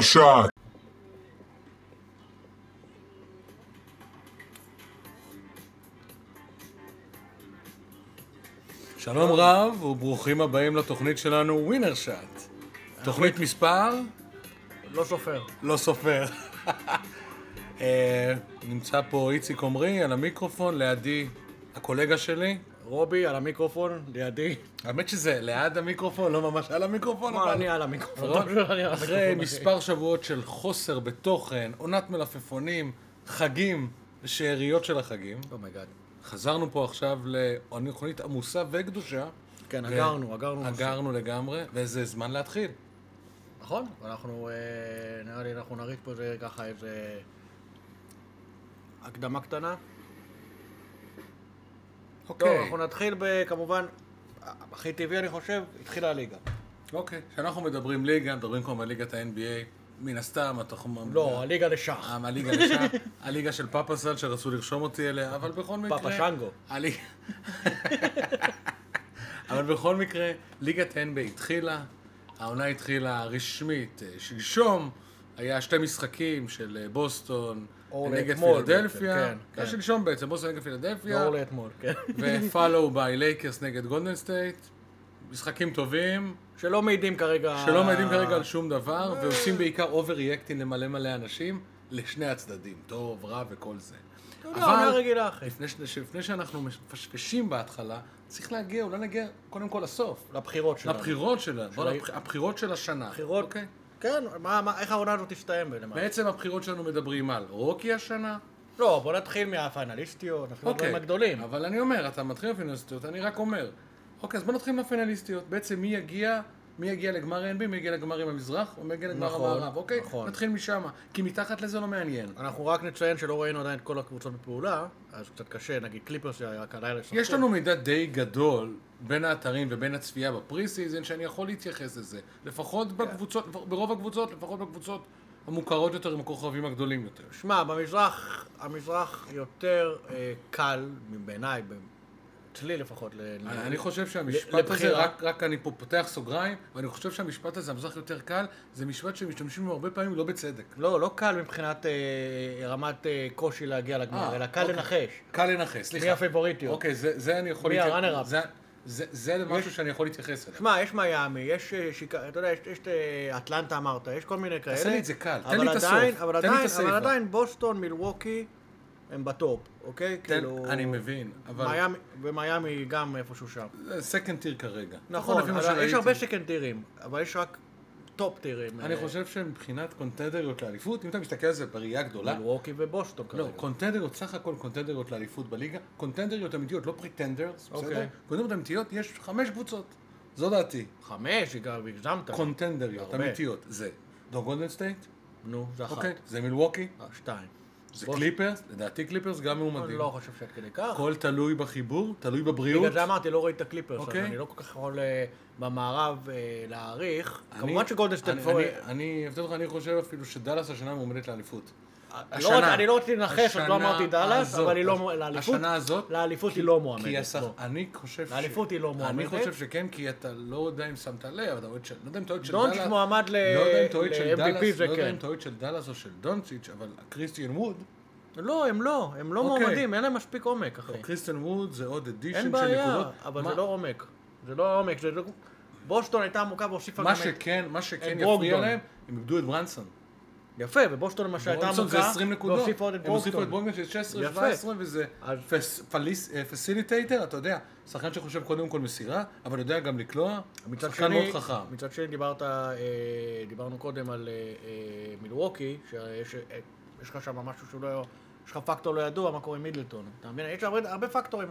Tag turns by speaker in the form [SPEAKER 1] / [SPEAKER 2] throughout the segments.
[SPEAKER 1] shot.
[SPEAKER 2] שלום רב, וברוכים הבאים לתוכנית שלנו ווינר שאט. תוכנית מספר?
[SPEAKER 3] לא סופר.
[SPEAKER 2] לא סופר. אה, נמצא פה איציק עומרי על המיקרופון, לידי הקולגה שלי.
[SPEAKER 3] רובי על המיקרופון, לידי.
[SPEAKER 2] האמת שזה ליד המיקרופון, לא ממש על המיקרופון,
[SPEAKER 3] מה, אני
[SPEAKER 2] אבל...
[SPEAKER 3] על המיקרופון. אני על
[SPEAKER 2] אחרי
[SPEAKER 3] המיקרופון,
[SPEAKER 2] מספר שבועות של חוסר בתוכן, עונת מלפפונים, חגים, שאריות של החגים,
[SPEAKER 3] אחי. אומייגאד.
[SPEAKER 2] חזרנו פה עכשיו לאונכונית עמוסה וקדושה.
[SPEAKER 3] כן,
[SPEAKER 2] ו-
[SPEAKER 3] אגרנו, אגרנו.
[SPEAKER 2] אגרנו לגמרי, וזה זמן להתחיל.
[SPEAKER 3] נכון, אנחנו, אה, נראה לי, אנחנו נריץ פה איזה ככה איזה הקדמה קטנה. טוב,
[SPEAKER 2] אוקיי.
[SPEAKER 3] אנחנו נתחיל ב- כמובן, הכי טבעי אני חושב, התחילה הליגה.
[SPEAKER 2] אוקיי. כשאנחנו מדברים ליגה, מדברים כבר על ליגת ה-NBA, מן הסתם, אתה יכול...
[SPEAKER 3] לא, הליגה לשח.
[SPEAKER 2] הליגה לשם, הליגה של פאפה סל שרצו לרשום אותי אליה, אבל בכל מקרה...
[SPEAKER 3] פאפה שנגו.
[SPEAKER 2] הליגה... אבל בכל מקרה, ליגת NBA התחילה, העונה התחילה רשמית אה, שלשום, היה שתי משחקים של אה, בוסטון
[SPEAKER 3] אור
[SPEAKER 2] נגד
[SPEAKER 3] לאתמול
[SPEAKER 2] פילדלפיה,
[SPEAKER 3] בעצם, כן,
[SPEAKER 2] היה
[SPEAKER 3] כן.
[SPEAKER 2] שלשום בעצם, בוסטון נגד פילדלפיה,
[SPEAKER 3] לא לאתמול, כן.
[SPEAKER 2] ופאלו ביי לייקרס נגד גולדן סטייט, משחקים טובים,
[SPEAKER 3] שלא מעידים כרגע...
[SPEAKER 2] שלא מעידים כרגע על שום דבר, ועושים בעיקר אובר-ריאקטים למלא מלא אנשים, לשני הצדדים, טוב, רע וכל זה.
[SPEAKER 3] אתה יודע, עונה רגילה, אחי.
[SPEAKER 2] לפני, ש- שלפני שאנחנו מפשפשים בהתחלה, צריך להגיע, אולי נגיע קודם כל לסוף.
[SPEAKER 3] לבחירות שלנו.
[SPEAKER 2] לבחירות שלה, בוא,
[SPEAKER 3] ה-
[SPEAKER 2] לבח- הבחירות של השנה.
[SPEAKER 3] בחירות,
[SPEAKER 2] אוקיי?
[SPEAKER 3] כן, מה, מה, איך העונה הזאת תסתיים בלמעלה?
[SPEAKER 2] בעצם הבחירות שלנו מדברים על רוקי השנה.
[SPEAKER 3] לא, בוא נתחיל מהפיינליסטיות, נתחיל
[SPEAKER 2] אוקיי.
[SPEAKER 3] מהדברים הגדולים.
[SPEAKER 2] אבל אני אומר, אתה מתחיל מהפינליסטיות, אני רק אומר. אוקיי, אז בוא נתחיל מהפינליסטיות. בעצם מי יגיע, מי יגיע לגמר ה-NB, מי יגיע לגמר עם המזרח, ומי יגיע לגמר
[SPEAKER 3] נכון,
[SPEAKER 2] המערב, אוקיי?
[SPEAKER 3] נכון. אוקיי.
[SPEAKER 2] נתחיל משם, כי מתחת לזה לא מעניין.
[SPEAKER 3] אנחנו רק נציין שלא ראינו עדיין את כל הקבוצות בפעולה, אז קצת קשה, נגיד קליפרס שהיה רק הלילה שחקו.
[SPEAKER 2] יש לנו מידע די גדול בין האתרים ובין הצפייה בפרי סיזן שאני יכול להתייחס לזה.
[SPEAKER 3] כן.
[SPEAKER 2] לפחות בקבוצות, ברוב הקבוצות, לפחות בקבוצות המוכרות יותר עם הכוכבים הגדולים יותר.
[SPEAKER 3] שמע, במזרח, המזרח יותר אה, קל, בעיניי, ב- אצלי לפחות, ל- ל-
[SPEAKER 2] אה, אני חושב שהמשפט הזה,
[SPEAKER 3] לבחירה.
[SPEAKER 2] רק, רק אני פה פותח סוגריים, ואני חושב שהמשפט הזה, המזרח יותר קל, זה משפט שמשתמשים בו הרבה פעמים לא בצדק.
[SPEAKER 3] לא, לא קל מבחינת אה, רמת אה, קושי להגיע לגמר,
[SPEAKER 2] אה,
[SPEAKER 3] אלא קל
[SPEAKER 2] אוקיי.
[SPEAKER 3] לנחש.
[SPEAKER 2] קל לנחש, סליחה.
[SPEAKER 3] מי הפייבוריטיות?
[SPEAKER 2] אוקיי, זה, זה אני יכול...
[SPEAKER 3] מי
[SPEAKER 2] להתייח-
[SPEAKER 3] הראנר-אפ?
[SPEAKER 2] זה, זה, זה משהו שאני יכול להתייחס אליו.
[SPEAKER 3] שמע, יש מיאמי, יש אה, שיקה, אתה יודע, יש, יש את אה, אטלנטה אמרת, יש כל מיני כאלה.
[SPEAKER 2] לי את זה קל, תן לי
[SPEAKER 3] אבל
[SPEAKER 2] את הסוף,
[SPEAKER 3] עדיין-
[SPEAKER 2] תן לי
[SPEAKER 3] אבל
[SPEAKER 2] את
[SPEAKER 3] עדיין,
[SPEAKER 2] הסייפה.
[SPEAKER 3] אבל עדיין בוסטון, מילווקי, הם בטופ, אוקיי?
[SPEAKER 2] תן- כן, אני מבין, אבל...
[SPEAKER 3] מיאמי, ומיאמי גם איפשהו שם.
[SPEAKER 2] סקנד טיר כרגע.
[SPEAKER 3] נכון,
[SPEAKER 2] לפי מה
[SPEAKER 3] אבל יש
[SPEAKER 2] שראיתי.
[SPEAKER 3] הרבה סקנד טירים, אבל יש רק טופ טירים.
[SPEAKER 2] אני
[SPEAKER 3] אה,
[SPEAKER 2] חושב שמבחינת קונטנדריות לאליפות, אם אתה מסתכל על זה בראייה גדולה,
[SPEAKER 3] מילווקי ובוסטון כרגע.
[SPEAKER 2] לא, קונטנדריות, סך הכל קונטנדריות לאליפות בליגה, קונטנדריות אמיתיות, לא פריטנדרס, בסדר?
[SPEAKER 3] אוקיי.
[SPEAKER 2] קונטנדריות אמיתיות, יש חמש קבוצות, זו דעתי.
[SPEAKER 3] חמש, גם הגזמת.
[SPEAKER 2] קונטנדריות
[SPEAKER 3] הרבה.
[SPEAKER 2] אמיתיות, זה דור גולדן סטייט,
[SPEAKER 3] נו, זה אחת.
[SPEAKER 2] אוקיי, זה מילווקי,
[SPEAKER 3] אה, שתיים.
[SPEAKER 2] זה
[SPEAKER 3] בוס-
[SPEAKER 2] קליפרס, לדעתי קליפרס גם
[SPEAKER 3] אני
[SPEAKER 2] מועמדים.
[SPEAKER 3] לא חושב שעד כדי כך.
[SPEAKER 2] הכל תלוי בחיבור, תלוי בבריאות.
[SPEAKER 3] בגלל זה אמרתי, לא ראיתי את הקליפרס, אז
[SPEAKER 2] אוקיי.
[SPEAKER 3] אני לא כל כך יכול אה, במערב אה, להעריך.
[SPEAKER 2] אני-
[SPEAKER 3] כמובן שגולדנשטיין
[SPEAKER 2] אני-
[SPEAKER 3] פה...
[SPEAKER 2] אני- אני אבטא לך, אני חושב אפילו שדאלאס השנה מועמדת לאליפות.
[SPEAKER 3] לא רוצה- אני לא רציתי לנחש, אז לא
[SPEAKER 2] השנה
[SPEAKER 3] אמרתי דאלאס,
[SPEAKER 2] הזאת,
[SPEAKER 3] אבל היא לא
[SPEAKER 2] הש-
[SPEAKER 3] מוע- לאליפות-
[SPEAKER 2] השנה הזאת,
[SPEAKER 3] לאליפות
[SPEAKER 2] כי-
[SPEAKER 3] היא לא מועמדת,
[SPEAKER 2] כי השח-
[SPEAKER 3] בוא.
[SPEAKER 2] אני חושב ש...
[SPEAKER 3] לאליפות היא לא
[SPEAKER 2] אני
[SPEAKER 3] מועמדת.
[SPEAKER 2] חושב שכן, כי אתה לא יודע אם שמת לב, אתה אוהד של... לא יודע אם אתה אוהד של דאלאס.
[SPEAKER 3] דונצ'יץ' מועמד ל-
[SPEAKER 2] לא יודע אם אתה אוהד של
[SPEAKER 3] ל-
[SPEAKER 2] דאלאס,
[SPEAKER 3] MVP זה
[SPEAKER 2] לא יודע
[SPEAKER 3] כן.
[SPEAKER 2] אם אתה אוהד של דאלאס או של דונצ'יץ', אבל קריסטיאן ווד,
[SPEAKER 3] לא, הם לא, הם לא
[SPEAKER 2] אוקיי.
[SPEAKER 3] מועמדים, אין להם מספיק עומק, אחי.
[SPEAKER 2] קריסטיאן ווד זה עוד אדישן של
[SPEAKER 3] כן. אין
[SPEAKER 2] נקודות.
[SPEAKER 3] בעיה, אבל
[SPEAKER 2] מה-
[SPEAKER 3] זה לא עומק. זה לא עומק, זה לא... בוסטון הייתה עמוקה והוסיפה גם
[SPEAKER 2] מה
[SPEAKER 3] את...
[SPEAKER 2] שכן, מה שכן יפריע
[SPEAKER 3] ברוגדון.
[SPEAKER 2] להם, הם איבדו את ברנסון.
[SPEAKER 3] יפה, ובוסטון למשל הייתה
[SPEAKER 2] ברוגדון
[SPEAKER 3] עמוקה,
[SPEAKER 2] זה 20 נקודות.
[SPEAKER 3] והוסיפה עוד את
[SPEAKER 2] הם הוסיפו את
[SPEAKER 3] ברוקטון.
[SPEAKER 2] ברוגדון של 16,
[SPEAKER 3] יפה.
[SPEAKER 2] 17, וזה
[SPEAKER 3] אז-
[SPEAKER 2] פסיליטייטר, אתה יודע, שחקן שחושב קודם כל מסירה, אבל יודע גם לקלוע, שחקן מאוד חכם.
[SPEAKER 3] מצד שני דיברת, אה, דיברנו קודם על אה, אה, מילווקי, שיש אה, יש לך שם משהו שהוא לא... יש לך פקטור לא ידוע, מה קורה עם מידלטון. אתה מבין? יש הרבה הרבה פקטורים.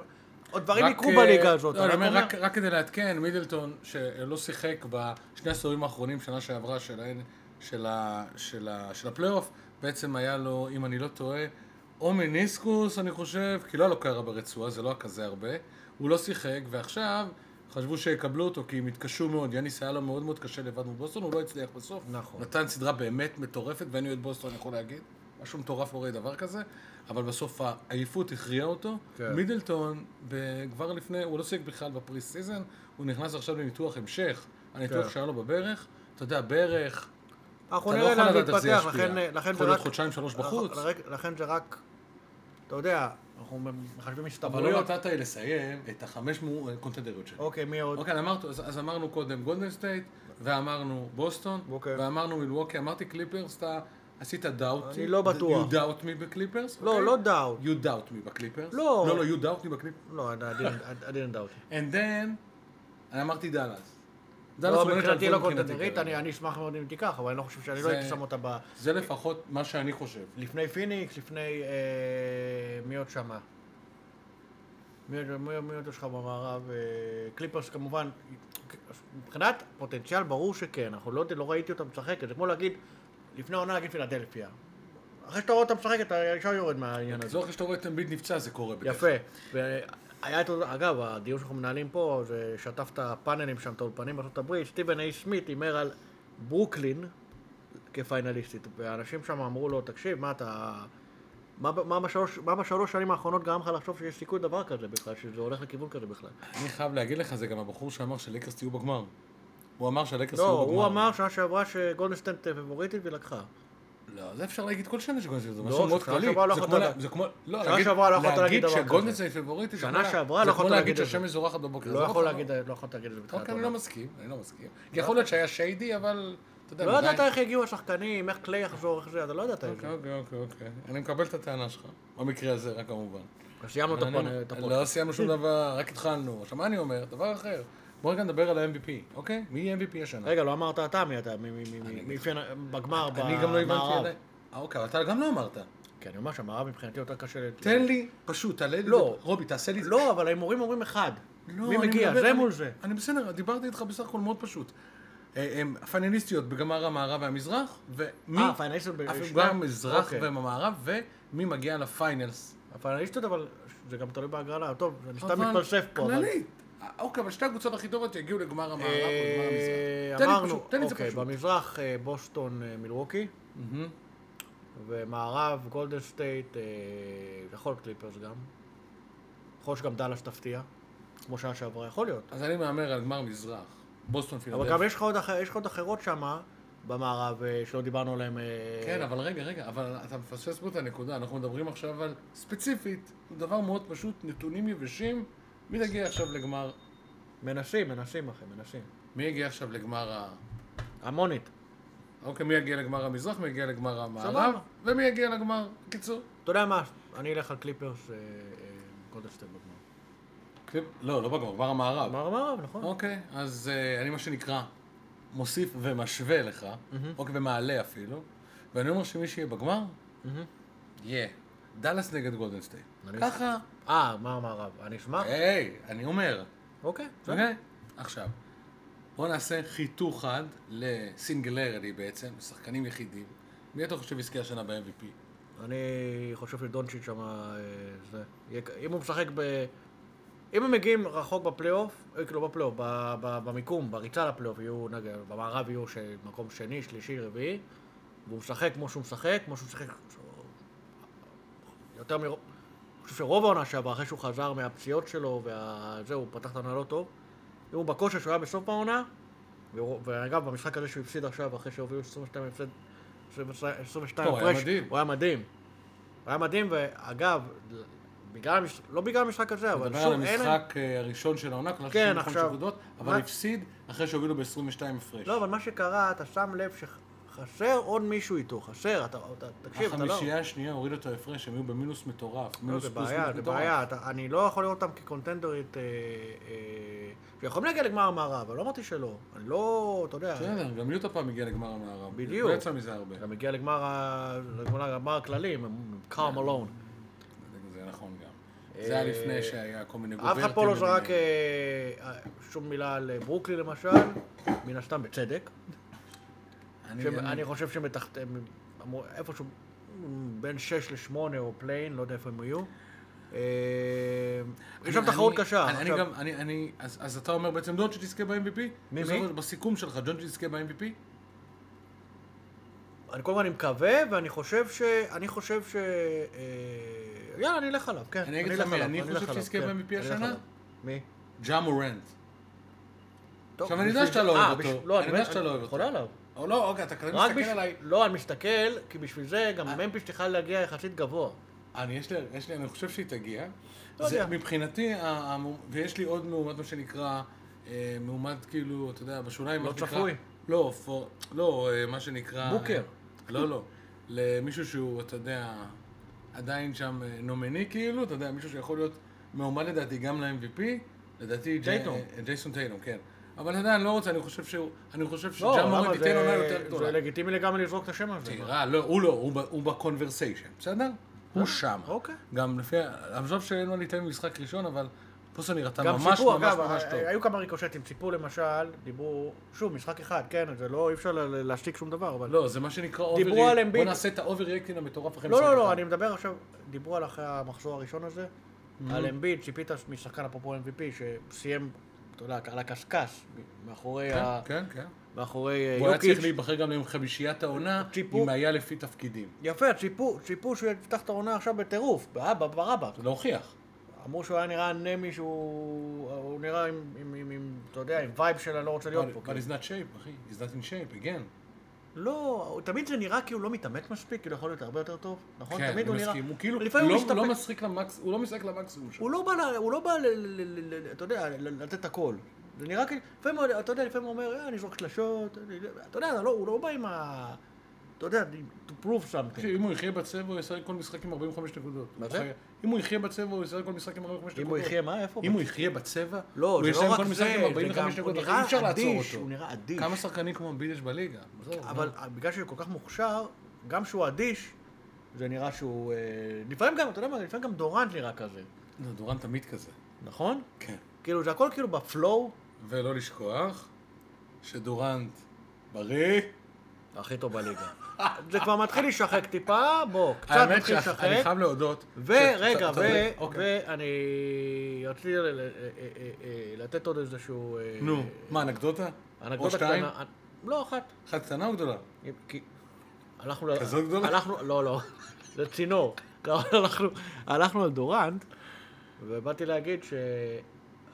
[SPEAKER 3] עוד דברים
[SPEAKER 2] רק,
[SPEAKER 3] יקרו
[SPEAKER 2] אה,
[SPEAKER 3] בליגה הזאת.
[SPEAKER 2] לא, אני
[SPEAKER 3] רק
[SPEAKER 2] אומר,
[SPEAKER 3] אומר-
[SPEAKER 2] רק- רק כדי לעדכן, מידלטון, שלא שיחק בשני העשורים האחרונים, שנה שעברה, של ה- של ה- של ה- של הפלייאוף, בעצם היה לו, אם אני לא טועה, או מניסקוס, אני חושב, כי לא היה לו קרע ברצועה, זה לא היה כזה הרבה. הוא לא שיחק, ועכשיו חשבו שיקבלו אותו, כי הם התקשו מאוד. יאניס היה לו מאוד מאוד קשה לבד מול בוסטון, הוא לא הצליח בסוף.
[SPEAKER 3] נכון.
[SPEAKER 2] נתן סדרה באמת מטורפת, ואין לי את בוסטון, אני יכול להגיד. משהו מטורף לא רואה דבר כזה, אבל בסוף העייפות הכריעה אותו.
[SPEAKER 3] כן.
[SPEAKER 2] מידלטון, ב- כבר לפני, הוא לא שיחק בכלל בפרי סיזן, הוא נכנס עכשיו לניתוח המשך, הניתוח
[SPEAKER 3] כן.
[SPEAKER 2] שהיה לו בברך, אתה יודע, ברך,
[SPEAKER 3] אנחנו
[SPEAKER 2] אתה לא
[SPEAKER 3] נראה
[SPEAKER 2] יכול
[SPEAKER 3] לאן זה
[SPEAKER 2] לדעת איך זה
[SPEAKER 3] יתפתח,
[SPEAKER 2] ישפיע.
[SPEAKER 3] לכן, אה, לכן זה
[SPEAKER 2] יכול להיות
[SPEAKER 3] רק...
[SPEAKER 2] חודשיים, שלוש בחוץ.
[SPEAKER 3] לכן- לכן זה רק, אתה יודע, אנחנו מחשבים
[SPEAKER 2] אבל לא
[SPEAKER 3] הסתברויות.
[SPEAKER 2] נתת לי לסיים את החמש מו- קונטנדריות שלי.
[SPEAKER 3] אוקיי, מי עוד?
[SPEAKER 2] אוקיי, אז אמרת- אז אז אמרנו קודם גולדן סטייט, ואמרנו בוסטון,
[SPEAKER 3] אוקיי.
[SPEAKER 2] ואמרנו מילווקי, אמרתי קליפרס, אתה עשית דאוט.
[SPEAKER 3] אני לא בטוח.
[SPEAKER 2] You doubt me בקליפרס? אוקיי.
[SPEAKER 3] לא, לא דאוט.
[SPEAKER 2] You doubt me בקליפרס?
[SPEAKER 3] לא.
[SPEAKER 2] לא, לא, you doubt me בקליפרס.
[SPEAKER 3] לא, I didn't- I didn't doubt.
[SPEAKER 2] And then, אני אמרתי דאלאס. דאלאס
[SPEAKER 3] לא,
[SPEAKER 2] עומדת
[SPEAKER 3] מבחינתי
[SPEAKER 2] לגבול
[SPEAKER 3] לא
[SPEAKER 2] מבחינתי
[SPEAKER 3] קונטנדרית,
[SPEAKER 2] כרגע.
[SPEAKER 3] אני אני אשמח מאוד אם תיקח, אבל אני לא חושב שאני לא
[SPEAKER 2] זה-
[SPEAKER 3] הייתי שם אותה ב...
[SPEAKER 2] זה לפחות מה שאני חושב.
[SPEAKER 3] לפני פיניקס, לפני... אה, מי עוד שמה? מי עוד- מי מי עוד יש לך במערב? אה, קליפרס כמובן, מבחינת פוטנציאל ברור שכן, אנחנו לא, לא ראיתי אותה משחקת, זה כמו להגיד, לפני העונה להגיד פילדלפיה. אחרי שאתה רואה אותה משחקת, אתה ישר יורד מהעניין הזה.
[SPEAKER 2] זו אחרי שאתה רואה את אמביד נפצע, זה קורה בדרך
[SPEAKER 3] יפה. והיה את, אגב, הדיון שאנחנו מנהלים פה, זה שטף את הפאנלים שם, את האולפנים בארצות הברית, סטיבן איי סמית הימר על ברוקלין כפיינליסטית, ואנשים שם אמרו לו, תקשיב, מה אתה... מה, ב- מה, בשלוש, מה בשלוש שנים האחרונות גרם לך לחשוב שיש סיכוי דבר כזה בכלל, שזה הולך לכיוון כזה בכלל?
[SPEAKER 2] אני חייב להגיד לך, זה גם הבחור שאמר שלקרס תהיו בגמר. הוא אמר שלקרס
[SPEAKER 3] לא,
[SPEAKER 2] תהיו בגמר.
[SPEAKER 3] הוא אמר שנה שעברה שגולדנסטנט פבוריטית והיא לקחה.
[SPEAKER 2] לא, זה אפשר להגיד כל שנה שגולדנסטייט, זה
[SPEAKER 3] לא,
[SPEAKER 2] משהו מאוד
[SPEAKER 3] שנה
[SPEAKER 2] כללי.
[SPEAKER 3] שעברה לא
[SPEAKER 2] זה
[SPEAKER 3] יכולת
[SPEAKER 2] כמו לה-
[SPEAKER 3] לדעת.
[SPEAKER 2] זה כמו... לא,
[SPEAKER 3] שנה
[SPEAKER 2] להגיד-
[SPEAKER 3] שעברה לא יכולת להגיד דבר כזה.
[SPEAKER 2] שגולדנסטייט פבוריטי, זה
[SPEAKER 3] שנה
[SPEAKER 2] כמו לה-
[SPEAKER 3] שעברה לא יכולת להגיד
[SPEAKER 2] זה
[SPEAKER 3] את
[SPEAKER 2] כמו
[SPEAKER 3] זה.
[SPEAKER 2] להגיד שהשמש זורחת בבוקר.
[SPEAKER 3] לא
[SPEAKER 2] זה
[SPEAKER 3] יכול
[SPEAKER 2] נכון.
[SPEAKER 3] להגיד לא יכול להגיד את זה בתחילת
[SPEAKER 2] אוקיי, אני
[SPEAKER 3] העונה.
[SPEAKER 2] לא מסכים, אני לא מסכים. כי יכול להיות שהיה שיידי, אבל... אתה יודע,
[SPEAKER 3] לא
[SPEAKER 2] מדי-
[SPEAKER 3] ידעת איך יגיעו השחקנים, איך קליי יחזור, איך זה, אתה לא ידעת את זה.
[SPEAKER 2] אוקיי, אוקיי, אוקיי, אוקיי. אני מקבל את הטענה שלך. במקרה הזה, רק כמובן.
[SPEAKER 3] אז סיימנו את הפאנל-
[SPEAKER 2] אני-
[SPEAKER 3] את הפודקאסט.
[SPEAKER 2] לא סיימנו שום דבר, רק התחלנו. עכשיו, מה אני אומר? דבר אחר. בואו רגע נדבר על ה-MVP, אוקיי? מי יהיה MVP השנה?
[SPEAKER 3] רגע, לא אמרת אתה מי אתה, מי- מי- מי- מי- מי אפיין- בגמר,
[SPEAKER 2] אני גם לא הבנתי
[SPEAKER 3] במערב.
[SPEAKER 2] עדיין. אה, אוקיי, אבל אתה גם לא אמרת.
[SPEAKER 3] כי אני אומר שהמערב מבחינתי יותר קשה. ל-
[SPEAKER 2] תן לי, פשוט, תעלה לי.
[SPEAKER 3] לא.
[SPEAKER 2] את זה. רובי, תעשה לי את זה.
[SPEAKER 3] לא, אבל ההימורים אומרים אחד.
[SPEAKER 2] לא,
[SPEAKER 3] מי
[SPEAKER 2] אני
[SPEAKER 3] מגיע?
[SPEAKER 2] מדבר-
[SPEAKER 3] זה
[SPEAKER 2] אני-
[SPEAKER 3] מול זה.
[SPEAKER 2] אני בסדר, דיברתי איתך בסך הכל מאוד פשוט. אה, הם פיינליסטיות בגמר המערב והמזרח, ומי...
[SPEAKER 3] אה, פיינליסטיות
[SPEAKER 2] אף-
[SPEAKER 3] בשני-
[SPEAKER 2] גם המזרח
[SPEAKER 3] אוקיי.
[SPEAKER 2] והמערב, ומי מגיע לפיינלס.
[SPEAKER 3] הפיינליסטיות, אבל זה גם תלוי בהגרלה. טוב, אני סתם
[SPEAKER 2] אבל
[SPEAKER 3] מתפלסף פה. אבל-
[SPEAKER 2] כללית. אה, אוקיי, אבל שתי הקבוצות הכי טובות יגיעו לגמר המערב ולגמר
[SPEAKER 3] אה,
[SPEAKER 2] המזרח. תן לי
[SPEAKER 3] אמרנו,
[SPEAKER 2] פשוט, תן לי את זה
[SPEAKER 3] אוקיי,
[SPEAKER 2] פשוט.
[SPEAKER 3] במזרח אה, בוסטון אה, מילווקי,
[SPEAKER 2] מהמם.
[SPEAKER 3] ומערב גולדן סטייט, אה, יכול להיות קליפרס גם. יכול להיות שגם דאלאס תפתיע, כמו שנה שעברה, יכול להיות.
[SPEAKER 2] אז אני מהמר על גמר מזרח. בוסטון
[SPEAKER 3] אבל גם
[SPEAKER 2] פילדלפי.
[SPEAKER 3] יש לך עוד אח- יש לך עוד אחרות שם במערב אה, שלא דיברנו עליהן. אה,
[SPEAKER 2] כן, אבל רגע, רגע, אבל אתה מפספס פה את הנקודה. אנחנו מדברים עכשיו על ספציפית, דבר מאוד פשוט, נתונים יבשים. מי יגיע עכשיו לגמר
[SPEAKER 3] מנסים, מנסים אחי, מנסים.
[SPEAKER 2] מי יגיע עכשיו לגמר ה...
[SPEAKER 3] המונית.
[SPEAKER 2] אוקיי, מי יגיע לגמר המזרח, מי יגיע לגמר המערב,
[SPEAKER 3] סבבה.
[SPEAKER 2] ומי יגיע לגמר, קיצור.
[SPEAKER 3] אתה יודע מה, אני אלך על קליפרס אה, אה, גולדסטיין בגמר.
[SPEAKER 2] לא, לא בגמר, גמר המערב.
[SPEAKER 3] גמר המערב, נכון.
[SPEAKER 2] אוקיי, אז אה, אני מה שנקרא, מוסיף ומשווה לך, אוקיי, ומעלה אפילו, ואני אומר שמי שיהיה בגמר,
[SPEAKER 3] מהמם.
[SPEAKER 2] יהיה דאלאס נגד גולדנסטייט.
[SPEAKER 3] אני-
[SPEAKER 2] ככה,
[SPEAKER 3] אה, גמר המערב. אני אשמח.
[SPEAKER 2] היי, אני אומר.
[SPEAKER 3] אוקיי. בסדר.
[SPEAKER 2] אוקיי? עכשיו, בואו נעשה חיתוך חד לסינגלרלי בעצם, לשחקנים יחידים. מי אתה חושב יזכה השנה ב-MVP?
[SPEAKER 3] אני חושב שדונצ'יץ' שם זה. יהיה כ- אם הוא משחק ב... אם הם מגיעים רחוק בפלייאוף, אה, כאילו בפלייאוף, ב- ב- במיקום, בריצה לפלייאוף, יהיו, נגיד, במערב יהיו ש- מקום שני, שלישי, רביעי, והוא משחק כמו שהוא משחק, כמו שהוא משחק יותר מ... אני חושב שרוב העונה שעברה, אחרי שהוא חזר מהפציעות שלו, וזהו, הוא פתח את העונה לא טוב. אם הוא בכושר שהוא היה בסוף העונה, ורוא- ואגב, במשחק הזה שהוא הפסיד עכשיו, אחרי שהובילו 22 הפסד, 22
[SPEAKER 2] טוב, היה
[SPEAKER 3] הפרש,
[SPEAKER 2] מדהים.
[SPEAKER 3] הוא היה מדהים. הוא היה מדהים, ואגב, בגלל, המש- לא בגלל המשחק הזה, אבל
[SPEAKER 2] מדבר
[SPEAKER 3] שוב,
[SPEAKER 2] על
[SPEAKER 3] אין...
[SPEAKER 2] המשחק אה, הראשון של העונה, כלל
[SPEAKER 3] כן,
[SPEAKER 2] 65
[SPEAKER 3] עכשיו-
[SPEAKER 2] נקודות, אבל
[SPEAKER 3] מה-
[SPEAKER 2] הפסיד אחרי שהובילו ב-22 הפרש.
[SPEAKER 3] לא, אבל מה שקרה, אתה שם לב שחסר עוד מישהו איתו, חסר, אתה, אתה תקשיב, אתה לא...
[SPEAKER 2] החמישייה השנייה הורידה את ההפרש, הם היו במינוס מטורף.
[SPEAKER 3] לא,
[SPEAKER 2] מינוס
[SPEAKER 3] זה
[SPEAKER 2] פלוס
[SPEAKER 3] בעיה,
[SPEAKER 2] מינוס
[SPEAKER 3] זה
[SPEAKER 2] מטורף.
[SPEAKER 3] בעיה. אתה- אני לא יכול לראות אותם כקונטנדרית... אה, אה, שיכולים להגיע לגמר המערב, אבל לא אמרתי שלא. אני לא, אתה יודע...
[SPEAKER 2] בסדר, גם יוטה פעם הגיע לגמר המערב.
[SPEAKER 3] בדיוק.
[SPEAKER 2] לא יצא מזה הרבה.
[SPEAKER 3] אתה מגיע לגמר ה- לגמר הגמר הכללי,
[SPEAKER 2] כן.
[SPEAKER 3] קארם אלון.
[SPEAKER 2] זה נכון גם. זה היה לפני שהיה כל מיני
[SPEAKER 3] אה, אף
[SPEAKER 2] גוברטים.
[SPEAKER 3] אחד פה לא זרק
[SPEAKER 2] למיניהם.
[SPEAKER 3] אה, שום מילה על ברוקלי למשל, מן הסתם בצדק.
[SPEAKER 2] אני-
[SPEAKER 3] שהם-
[SPEAKER 2] אני-
[SPEAKER 3] אני חושב שהם מתחת... הם אמור- איפשהו בין 6 ל-8 או פליין, לא יודע איפה הם יהיו. אה, יש שם
[SPEAKER 2] אני-
[SPEAKER 3] תחרות
[SPEAKER 2] אני-
[SPEAKER 3] קשה.
[SPEAKER 2] אני- אני
[SPEAKER 3] עכשיו-
[SPEAKER 2] גם, אני, אני, אז אז אתה אומר בעצם דונצ'יץ' יזכה ב-MVP?
[SPEAKER 3] מי?
[SPEAKER 2] בסופו
[SPEAKER 3] מי?
[SPEAKER 2] של- בסיכום שלך, דונצ'יץ' יזכה ב-MVP?
[SPEAKER 3] אני כל הזמן אני מקווה, ואני חושב ש... אני חושב ש... אה, יאללה, אני אלך עליו, כן.
[SPEAKER 2] אני אגיד לך
[SPEAKER 3] אלך
[SPEAKER 2] מי,
[SPEAKER 3] עליו,
[SPEAKER 2] אני
[SPEAKER 3] אלך
[SPEAKER 2] חושב
[SPEAKER 3] עליו,
[SPEAKER 2] שיזכה
[SPEAKER 3] כן,
[SPEAKER 2] ב-MVP
[SPEAKER 3] אני אלך
[SPEAKER 2] השנה?
[SPEAKER 3] עליו. מי?
[SPEAKER 2] ג'ה מורנט.
[SPEAKER 3] טוב,
[SPEAKER 2] עכשיו, אני יודע
[SPEAKER 3] בשביל-
[SPEAKER 2] שאתה לא אוהב
[SPEAKER 3] אה,
[SPEAKER 2] אותו.
[SPEAKER 3] בשביל- לא,
[SPEAKER 2] אני יודע
[SPEAKER 3] באמת-
[SPEAKER 2] שאתה לא אוהב
[SPEAKER 3] אני
[SPEAKER 2] אותו.
[SPEAKER 3] חולה עליו.
[SPEAKER 2] או לא, אוקיי, אתה כזה
[SPEAKER 3] רק
[SPEAKER 2] מסתכל
[SPEAKER 3] בשביל...
[SPEAKER 2] עליי.
[SPEAKER 3] לא, אני מסתכל, כי בשביל זה גם
[SPEAKER 2] אה.
[SPEAKER 3] ממפיס צריכה להגיע יחסית גבוה.
[SPEAKER 2] אני, יש לי, יש לי, אני חושב שהיא תגיע.
[SPEAKER 3] לא
[SPEAKER 2] זה,
[SPEAKER 3] יודע.
[SPEAKER 2] מבחינתי, ה- המו- ויש לי עוד מועמד, מה שנקרא, אה, מועמד כאילו, אתה יודע, בשוליים,
[SPEAKER 3] לא
[SPEAKER 2] מה שנקרא-
[SPEAKER 3] צפוי.
[SPEAKER 2] לא, פור, לא, אה, מה שנקרא...
[SPEAKER 3] בוקר.
[SPEAKER 2] אה, לא, לא. למישהו שהוא, אתה יודע, עדיין שם אה, נומני כאילו, אתה יודע, מישהו שיכול להיות מועמד לדעתי גם ל-MVP, לדעתי... ג'י-
[SPEAKER 3] טייטום.
[SPEAKER 2] אה, ג'ייסון טייטום, כן. אבל אתה יודע, אני לא רוצה, אני חושב שהוא... אני חושב
[SPEAKER 3] לא,
[SPEAKER 2] שג'ה
[SPEAKER 3] למה?
[SPEAKER 2] מורנט
[SPEAKER 3] זה-
[SPEAKER 2] תיתן עונה יותר גדולה.
[SPEAKER 3] זה לגיטימי לגמרי לזרוק את השם הזה.
[SPEAKER 2] תראה, לא, הוא לא, הוא ב- הוא בקונברסיישן, בסדר? הוא שם.
[SPEAKER 3] אוקיי.
[SPEAKER 2] גם לפי, ה- עזוב שאין לו ניתן משחק ראשון, אבל פוסו נראתה
[SPEAKER 3] גם
[SPEAKER 2] ממש
[SPEAKER 3] ציפו,
[SPEAKER 2] ממש
[SPEAKER 3] אגב, אה,
[SPEAKER 2] ממש
[SPEAKER 3] ה-
[SPEAKER 2] טוב.
[SPEAKER 3] היו כמה ריקושטים, ציפו למשל, דיברו, שוב, משחק אחד, כן, זה לא, אי אפשר לה- להשתיק שום דבר, אבל...
[SPEAKER 2] לא, זה מה שנקרא אובר...
[SPEAKER 3] דיברו על אמביד.
[SPEAKER 2] בוא נעשה את האובר ריאקטין המטורף אחרי
[SPEAKER 3] לא,
[SPEAKER 2] משחק
[SPEAKER 3] לא, לא,
[SPEAKER 2] אחד.
[SPEAKER 3] אני מדבר עכשיו, דיברו על אחרי המחזור הראשון הזה, על אמביד, ציפית משחקן אפרופו MVP, שסיים, אתה יודע, על הקשקש, מאחורי
[SPEAKER 2] כן,
[SPEAKER 3] ה-
[SPEAKER 2] כן, כן.
[SPEAKER 3] מאחורי אה,
[SPEAKER 2] הוא היה
[SPEAKER 3] יוקיץ'.
[SPEAKER 2] צריך להיבחר גם עם חמישיית העונה,
[SPEAKER 3] ציפו.
[SPEAKER 2] אם היה לפי תפקידים.
[SPEAKER 3] יפה, ציפו, ציפו שהוא יפתח את העונה עכשיו בטירוף, באבא, ברבא.
[SPEAKER 2] זה להוכיח.
[SPEAKER 3] אמרו שהוא היה נראה אנמי, שהוא הוא נראה עם, עם, עם, עם, אתה יודע, עם וייב של אני לא רוצה להיות פה.
[SPEAKER 2] But
[SPEAKER 3] כאילו.
[SPEAKER 2] but he's not shape, אחי. He's not in shape, again.
[SPEAKER 3] לא, הוא- תמיד זה נראה כאילו לא מתאמץ מספיק, כאילו יכול להיות הרבה יותר טוב, נכון?
[SPEAKER 2] כן,
[SPEAKER 3] תמיד
[SPEAKER 2] אני
[SPEAKER 3] הוא נראה...
[SPEAKER 2] מסכים. הוא כאילו
[SPEAKER 3] לפעמים הוא
[SPEAKER 2] לא-
[SPEAKER 3] מסתפק.
[SPEAKER 2] לא משחק למקס- הוא לא משחק למקסימום שלו.
[SPEAKER 3] הוא לא בא, ל- הוא לא בא ל, ל, ל, ל, אתה יודע, ל, לתת הכל. זה נראה כאילו, לפעמים, הוא- אתה יודע, לפעמים הוא אומר, אה, אני זורק שלשות, אני- אתה יודע, לא, הוא לא בא עם ה... אתה יודע, to prove something.
[SPEAKER 2] אחי, אם הוא יחיה בצבע, הוא יסייג כל משחק עם 45 נקודות.
[SPEAKER 3] כן. מה זה?
[SPEAKER 2] אם הוא יחיה בצבע, הוא יסייג כל משחק עם 45 נקודות.
[SPEAKER 3] אם הוא יחיה, מה, איפה?
[SPEAKER 2] אם הוא יחיה בצבע,
[SPEAKER 3] לא,
[SPEAKER 2] הוא
[SPEAKER 3] זה לא
[SPEAKER 2] יסיים כל
[SPEAKER 3] רק
[SPEAKER 2] משחק
[SPEAKER 3] זה,
[SPEAKER 2] עם
[SPEAKER 3] זה גם,
[SPEAKER 2] 45
[SPEAKER 3] הוא
[SPEAKER 2] נקודות, אחי, אי
[SPEAKER 3] נראה
[SPEAKER 2] אפשר לעצור
[SPEAKER 3] אדיש,
[SPEAKER 2] אותו.
[SPEAKER 3] הוא נראה אדיש.
[SPEAKER 2] כמה שחקנים כמו אמביד יש בליגה? עזוב,
[SPEAKER 3] אבל אה,
[SPEAKER 2] נו.
[SPEAKER 3] בגלל שהוא כל כך מוכשר, גם שהוא אדיש, זה נראה שהוא... אה, לפעמים גם, אתה יודע מה, לפעמים גם דורנט נראה כזה,
[SPEAKER 2] לא, דורן תמיד כזה.
[SPEAKER 3] נכון?
[SPEAKER 2] כן.
[SPEAKER 3] כאילו, זה הכל כאילו בפלואו.
[SPEAKER 2] ולא לשכוח שדורנט בריא.
[SPEAKER 3] הכי טוב בליגה. זה כבר מתחיל להישחק טיפה, בוא, קצת
[SPEAKER 2] האמת
[SPEAKER 3] מתחיל
[SPEAKER 2] שאני
[SPEAKER 3] להישחק.
[SPEAKER 2] חייב להודות.
[SPEAKER 3] ורגע,
[SPEAKER 2] שאתה-
[SPEAKER 3] ו-
[SPEAKER 2] אתה- אוקיי.
[SPEAKER 3] ואני רציתי ל- ל- אה, אה, אה, לתת עוד איזשהו... אה,
[SPEAKER 2] נו, מה, אנקדוטה?
[SPEAKER 3] אנקדוטה
[SPEAKER 2] או שתיים?
[SPEAKER 3] קטנה. לא, אחת.
[SPEAKER 2] אחת קטנה או גדולה?
[SPEAKER 3] כי הלכנו... ל-
[SPEAKER 2] כזאת גדולה?
[SPEAKER 3] הלכנו, לא, לא, זה צינור. לא, הלכנו, הלכנו על דורנט, ובאתי להגיד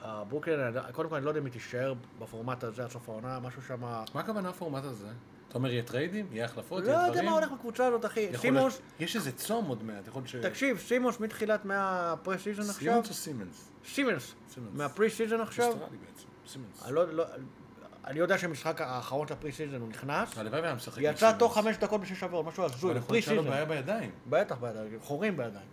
[SPEAKER 3] שהברוקלין, קודם כל אני לא יודע אם היא תישאר בפורמט הזה עד סוף העונה, משהו שם...
[SPEAKER 2] מה הכוונה הפורמט הזה? אתה אומר, יהיה טריידים? יהיה החלפות?
[SPEAKER 3] לא
[SPEAKER 2] יהיה
[SPEAKER 3] יודע
[SPEAKER 2] דברים?
[SPEAKER 3] מה הולך בקבוצה הזאת, אחי.
[SPEAKER 2] יכול להיות-
[SPEAKER 3] סימוס,
[SPEAKER 2] יש איזה צום עוד מעט, יכול להיות ש...
[SPEAKER 3] תקשיב, סימוס מתחילת מהפרי סיזון עכשיו,
[SPEAKER 2] סימנס או סימנס?
[SPEAKER 3] סימנס,
[SPEAKER 2] סימנס.
[SPEAKER 3] מהפרי סיזון עכשיו,
[SPEAKER 2] אוסטרלי בעצם, סימנס.
[SPEAKER 3] אני לא- לא- אני יודע שהמשחק האחרון של הפרי סיזון הוא נכנס,
[SPEAKER 2] הלוואי והיה משחק. עם
[SPEAKER 3] יצא
[SPEAKER 2] סימנס.
[SPEAKER 3] תוך חמש דקות בשש שבועות, משהו
[SPEAKER 2] אבל
[SPEAKER 3] הזוי,
[SPEAKER 2] יכול
[SPEAKER 3] הפרי
[SPEAKER 2] להיות שהיה לו
[SPEAKER 3] סיזון.
[SPEAKER 2] בעיה בידיים.
[SPEAKER 3] בטח בידיים, חורים בידיים.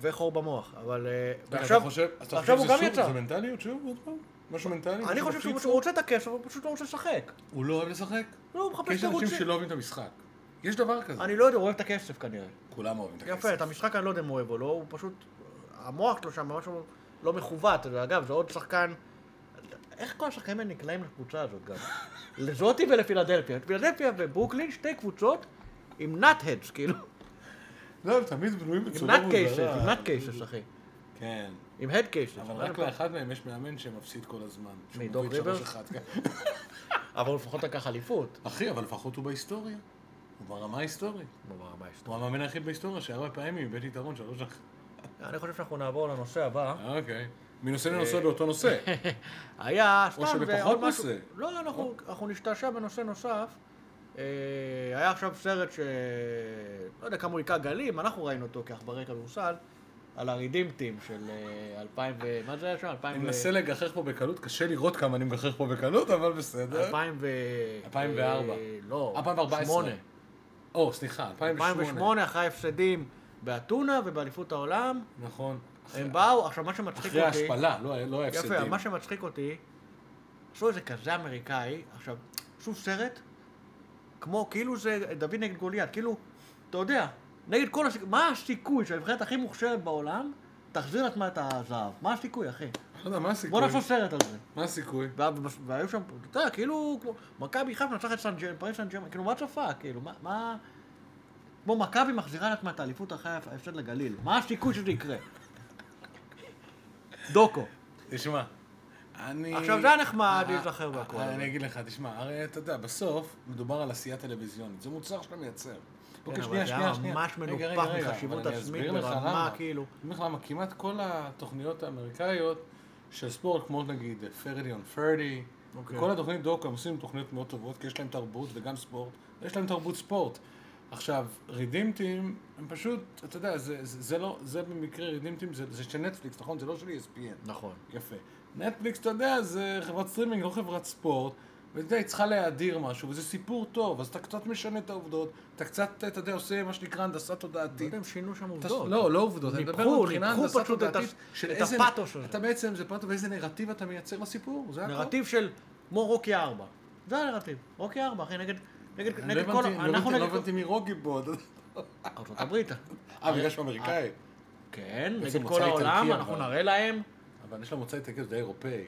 [SPEAKER 3] וחור במוח, אבל... אה,
[SPEAKER 2] אתה
[SPEAKER 3] ועכשיו-
[SPEAKER 2] חושב- אז אתה
[SPEAKER 3] עכשיו
[SPEAKER 2] חושב
[SPEAKER 3] הוא
[SPEAKER 2] שזה
[SPEAKER 3] גם
[SPEAKER 2] שוב-
[SPEAKER 3] יצא.
[SPEAKER 2] זה מנטליות שוב? עוד פעם? משהו מנטלי?
[SPEAKER 3] אני
[SPEAKER 2] משהו
[SPEAKER 3] חושב שהוא
[SPEAKER 2] בפיצה?
[SPEAKER 3] הוא רוצה את הכסף, הוא פשוט לא רוצה לשחק.
[SPEAKER 2] הוא לא אוהב לשחק?
[SPEAKER 3] לא, הוא
[SPEAKER 2] כי
[SPEAKER 3] מחפש
[SPEAKER 2] יש אנשים
[SPEAKER 3] תירוצים.
[SPEAKER 2] שלא אוהבים את המשחק. יש דבר כזה.
[SPEAKER 3] אני לא יודע, הוא אוהב את הכסף כנראה.
[SPEAKER 2] כולם אוהבים את הכסף.
[SPEAKER 3] יפה, את המשחק אני לא יודע אם הוא אוהב או לא, הוא פשוט... המוח שלו שם ממש לא מכוות, ואגב, זה עוד שחקן... איך כל השחקנים האלה נקלעים לקבוצה הזאת גם? לזאתי ולפילדלפיה. פילדלפיה וברוקלין, שתי קבוצות עם נאט-הדס, כאילו.
[SPEAKER 2] לא, הם תמיד בנויים
[SPEAKER 3] עם
[SPEAKER 2] בצורה
[SPEAKER 3] נאט קייסס,
[SPEAKER 2] מוזרה.
[SPEAKER 3] עם נאט קייסס, אחי.
[SPEAKER 2] כן.
[SPEAKER 3] עם הד קייסס.
[SPEAKER 2] אבל רק לאחד מהם יש מאמן שמפסיד כל הזמן. שהוא
[SPEAKER 3] דוק
[SPEAKER 2] מוביל
[SPEAKER 3] ריבר?
[SPEAKER 2] 3-1, כן.
[SPEAKER 3] אבל הוא לפחות לקח אליפות.
[SPEAKER 2] אחי, אבל לפחות הוא בהיסטוריה. הוא ברמה ההיסטורית.
[SPEAKER 3] נו, ברמה ההיסטורית.
[SPEAKER 2] הוא המאמן היחיד בהיסטוריה שהרבה פעמים איבד יתרון 3-1.
[SPEAKER 3] אני חושב שאנחנו נעבור לנושא הבא.
[SPEAKER 2] אוקיי. מנושא לנושא באותו נושא.
[SPEAKER 3] היה, סתם,
[SPEAKER 2] או שבפחות
[SPEAKER 3] עוד משהו-
[SPEAKER 2] נושא.
[SPEAKER 3] לא, אנחנו- אנחנו נשתעשע בנושא נוסף. אה, היה עכשיו סרט ש... לא יודע כמה הוא היכה גלים, אנחנו ראינו אותו כעכברי כדורסל, על הרידימפטים של אה, 2000 ו... מה זה היה שם?
[SPEAKER 2] אני
[SPEAKER 3] 2000 ו-
[SPEAKER 2] מנסה לגחך פה בקלות, קשה לראות כמה אני מגחך פה בקלות, אבל בסדר.
[SPEAKER 3] 2000 ו...
[SPEAKER 2] 2004.
[SPEAKER 3] אה, לא,
[SPEAKER 2] 2014.
[SPEAKER 3] 8.
[SPEAKER 2] או, סליחה, 2008.
[SPEAKER 3] 2008, אחרי הפסדים באתונה ובאליפות העולם.
[SPEAKER 2] נכון.
[SPEAKER 3] הם באו, עכשיו מה שמצחיק אותי...
[SPEAKER 2] אחרי ההשפלה, לא היה- לא היה הפסדים.
[SPEAKER 3] יפה, מה שמצחיק אותי, עשו איזה כזה אמריקאי, עכשיו, שוב סרט, כמו, כאילו זה דוד נגד גוליית, כאילו, אתה יודע, נגד כל הסיכוי, מה הסיכוי שהנבחרת הכי מוכשרת בעולם תחזיר לעצמה את הזהב? מה הסיכוי, אחי?
[SPEAKER 2] לא יודע, מה הסיכוי?
[SPEAKER 3] בוא נעשה סרט על זה.
[SPEAKER 2] מה הסיכוי?
[SPEAKER 3] וה- והיו שם, אתה יודע, כאילו, כמו, מכבי חיפה נצח את סן ג'רמן, פריס סן ג'רמן, כאילו, מה צפה? כאילו, מה- מה... כמו מכבי מחזירה לעצמה את האליפות אחרי ההפסד לגליל, מה הסיכוי שזה יקרה? דוקו.
[SPEAKER 2] תשמע, אני...
[SPEAKER 3] עכשיו, זה היה נחמד,
[SPEAKER 2] אה,
[SPEAKER 3] להיזכר בהכל.
[SPEAKER 2] אה, אני אגיד לך, תשמע, הרי אתה יודע, בסוף מדובר על עשייה טלוויזיונית. זה מוצר שאתה מייצר. אוקיי,
[SPEAKER 3] כן, אבל
[SPEAKER 2] שנייה,
[SPEAKER 3] זה היה
[SPEAKER 2] שנייה, שנייה.
[SPEAKER 3] ממש
[SPEAKER 2] רגע, רגע,
[SPEAKER 3] מנופח
[SPEAKER 2] רגע,
[SPEAKER 3] מחשיבות
[SPEAKER 2] אבל אני
[SPEAKER 3] עצמית
[SPEAKER 2] אסביר לך
[SPEAKER 3] ברמה,
[SPEAKER 2] למה.
[SPEAKER 3] כאילו.
[SPEAKER 2] אני אומר לך למה, כמעט כל התוכניות האמריקאיות של ספורט, כמו נגיד 30 אה, on 30,
[SPEAKER 3] אוקיי.
[SPEAKER 2] וכל התוכנית דוקו הם עושים תוכניות מאוד טובות, כי יש להם תרבות וגם ספורט, ויש להם תרבות ספורט. עכשיו, רידימטים, הם פשוט, אתה יודע, זה, זה, זה לא, זה במקרה רידימטים, זה, זה של נטפליקס, נכון? זה לא של ESPN.
[SPEAKER 3] נכון.
[SPEAKER 2] יפה. נטפליקס, אתה יודע, זה חברת סטרימינג, לא חברת ספורט, ואתה יודע, היא צריכה להאדיר משהו, וזה סיפור טוב, אז אתה קצת משנה את העובדות, אתה קצת, אתה יודע, עושה מה שנקרא הנדסה
[SPEAKER 3] לא
[SPEAKER 2] תודעתית.
[SPEAKER 3] יודע אם שינו שם
[SPEAKER 2] אתה-
[SPEAKER 3] עובדות.
[SPEAKER 2] לא, לא עובדות, אני
[SPEAKER 3] ניפחו-
[SPEAKER 2] מדבר מבחינה
[SPEAKER 3] ניפחו
[SPEAKER 2] הנדסה
[SPEAKER 3] פשוט את
[SPEAKER 2] תודעתית
[SPEAKER 3] הש-
[SPEAKER 2] של
[SPEAKER 3] את
[SPEAKER 2] איזה-
[SPEAKER 3] הפאתוס הזה.
[SPEAKER 2] אתה בעצם, זה פאתוס, ואיזה נרטיב אתה מייצר לסיפור, זה הכל.
[SPEAKER 3] נרטיב של, כמו רוקי ארבע. זה הנרטיב. רוקי ארבע, אחי, נגד... נגד,
[SPEAKER 2] אני לא
[SPEAKER 3] נגד כל...
[SPEAKER 2] הבנתי, אני לא
[SPEAKER 3] אנחנו
[SPEAKER 2] הבנתי- לא
[SPEAKER 3] נגד...
[SPEAKER 2] הבנתי מי רוגי בו. אתה יודע.
[SPEAKER 3] ארצות הברית.
[SPEAKER 2] אה, בגלל שהוא אמריקאי.
[SPEAKER 3] כן,
[SPEAKER 2] בעצם
[SPEAKER 3] נגד
[SPEAKER 2] מוצא
[SPEAKER 3] כל העולם,
[SPEAKER 2] איטלקי,
[SPEAKER 3] אנחנו
[SPEAKER 2] אבל-
[SPEAKER 3] נראה להם.
[SPEAKER 2] אבל יש לו מוצא איטלקי, זה אירופאי. אבל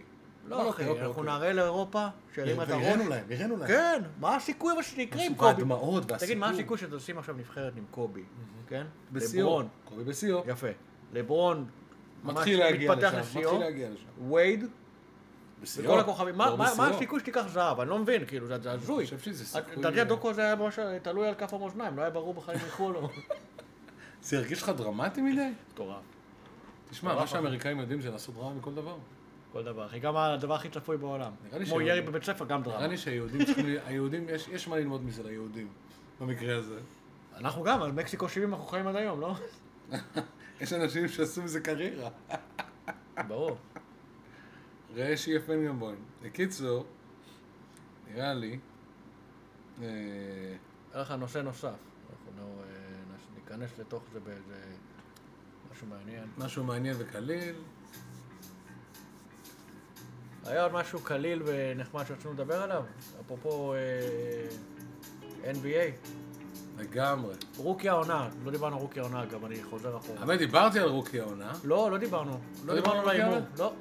[SPEAKER 3] לא, אחי,
[SPEAKER 2] אוקיי,
[SPEAKER 3] אנחנו
[SPEAKER 2] אוקיי.
[SPEAKER 3] נראה לאירופה, שהרימה את הראש.
[SPEAKER 2] והראינו להם, הראינו להם.
[SPEAKER 3] כן, מה הסיכוי אבל שנקרה עם
[SPEAKER 2] משהו-
[SPEAKER 3] קובי?
[SPEAKER 2] והדמעות
[SPEAKER 3] תגיד,
[SPEAKER 2] והסיפור.
[SPEAKER 3] מה הסיכוי שאתם עושים עכשיו נבחרת עם קובי? כן?
[SPEAKER 2] בשיאו.
[SPEAKER 3] לברון.
[SPEAKER 2] קובי בשיאו.
[SPEAKER 3] יפה. לברון ממש
[SPEAKER 2] מתחיל להגיע
[SPEAKER 3] מתפתח
[SPEAKER 2] לשם,
[SPEAKER 3] לשיאו.
[SPEAKER 2] מתחיל להגיע לשם.
[SPEAKER 3] וייד,
[SPEAKER 2] בשיאו.
[SPEAKER 3] וכל הכוכבים. מה-
[SPEAKER 2] לא
[SPEAKER 3] מה מה
[SPEAKER 2] בשיאו.
[SPEAKER 3] הסיכוי שתיקח זהב? אני לא מבין, כאילו, זה זה הזוי.
[SPEAKER 2] חושב שזה סיכוי-
[SPEAKER 3] לדעתי הדוקו הזה היה ממש אה, תלוי על כף המאזניים, לא היה ברור בכלל אם ילכו או לא.
[SPEAKER 2] זה הרגיש לך דרמטי מדי?
[SPEAKER 3] מטורף.
[SPEAKER 2] תשמע, מה שהאמריקאים יודעים זה לעשות דרמה מכל דבר.
[SPEAKER 3] כל דבר, אחי. גם הדבר הכי צפוי בעולם.
[SPEAKER 2] נראה לי
[SPEAKER 3] כמו
[SPEAKER 2] ש-
[SPEAKER 3] ירי בבית ספר, גם
[SPEAKER 2] נראה
[SPEAKER 3] דרמה.
[SPEAKER 2] לי שהיהודים צריכים, ל- היהודים, יש- יש מה ללמוד מזה ליהודים, במקרה הזה.
[SPEAKER 3] אנחנו גם, על מקסיקו 70 אנחנו חיים עד היום, לא?
[SPEAKER 2] יש אנשים שעשו מזה קריירה.
[SPEAKER 3] ברור.
[SPEAKER 2] ראה שיהיה פנגנבוים. בקיצור, נראה לי, אה,
[SPEAKER 3] היה לך נושא נוסף. אנחנו אה, נש- ניכנס לתוך זה באיזה... משהו מעניין.
[SPEAKER 2] משהו מעניין וקליל.
[SPEAKER 3] היה עוד משהו קליל ונחמד שרצינו לדבר עליו? אפרופו אה, NBA.
[SPEAKER 2] לגמרי.
[SPEAKER 3] רוקי העונה. לא דיברנו על רוקי העונה, גם אני חוזר אחורה.
[SPEAKER 2] האמת, דיברתי על רוקי העונה.
[SPEAKER 3] לא, לא דיברנו. לא
[SPEAKER 2] דיברנו
[SPEAKER 3] דיברנו
[SPEAKER 2] על
[SPEAKER 3] על ההימור.
[SPEAKER 2] רוקי
[SPEAKER 3] לא.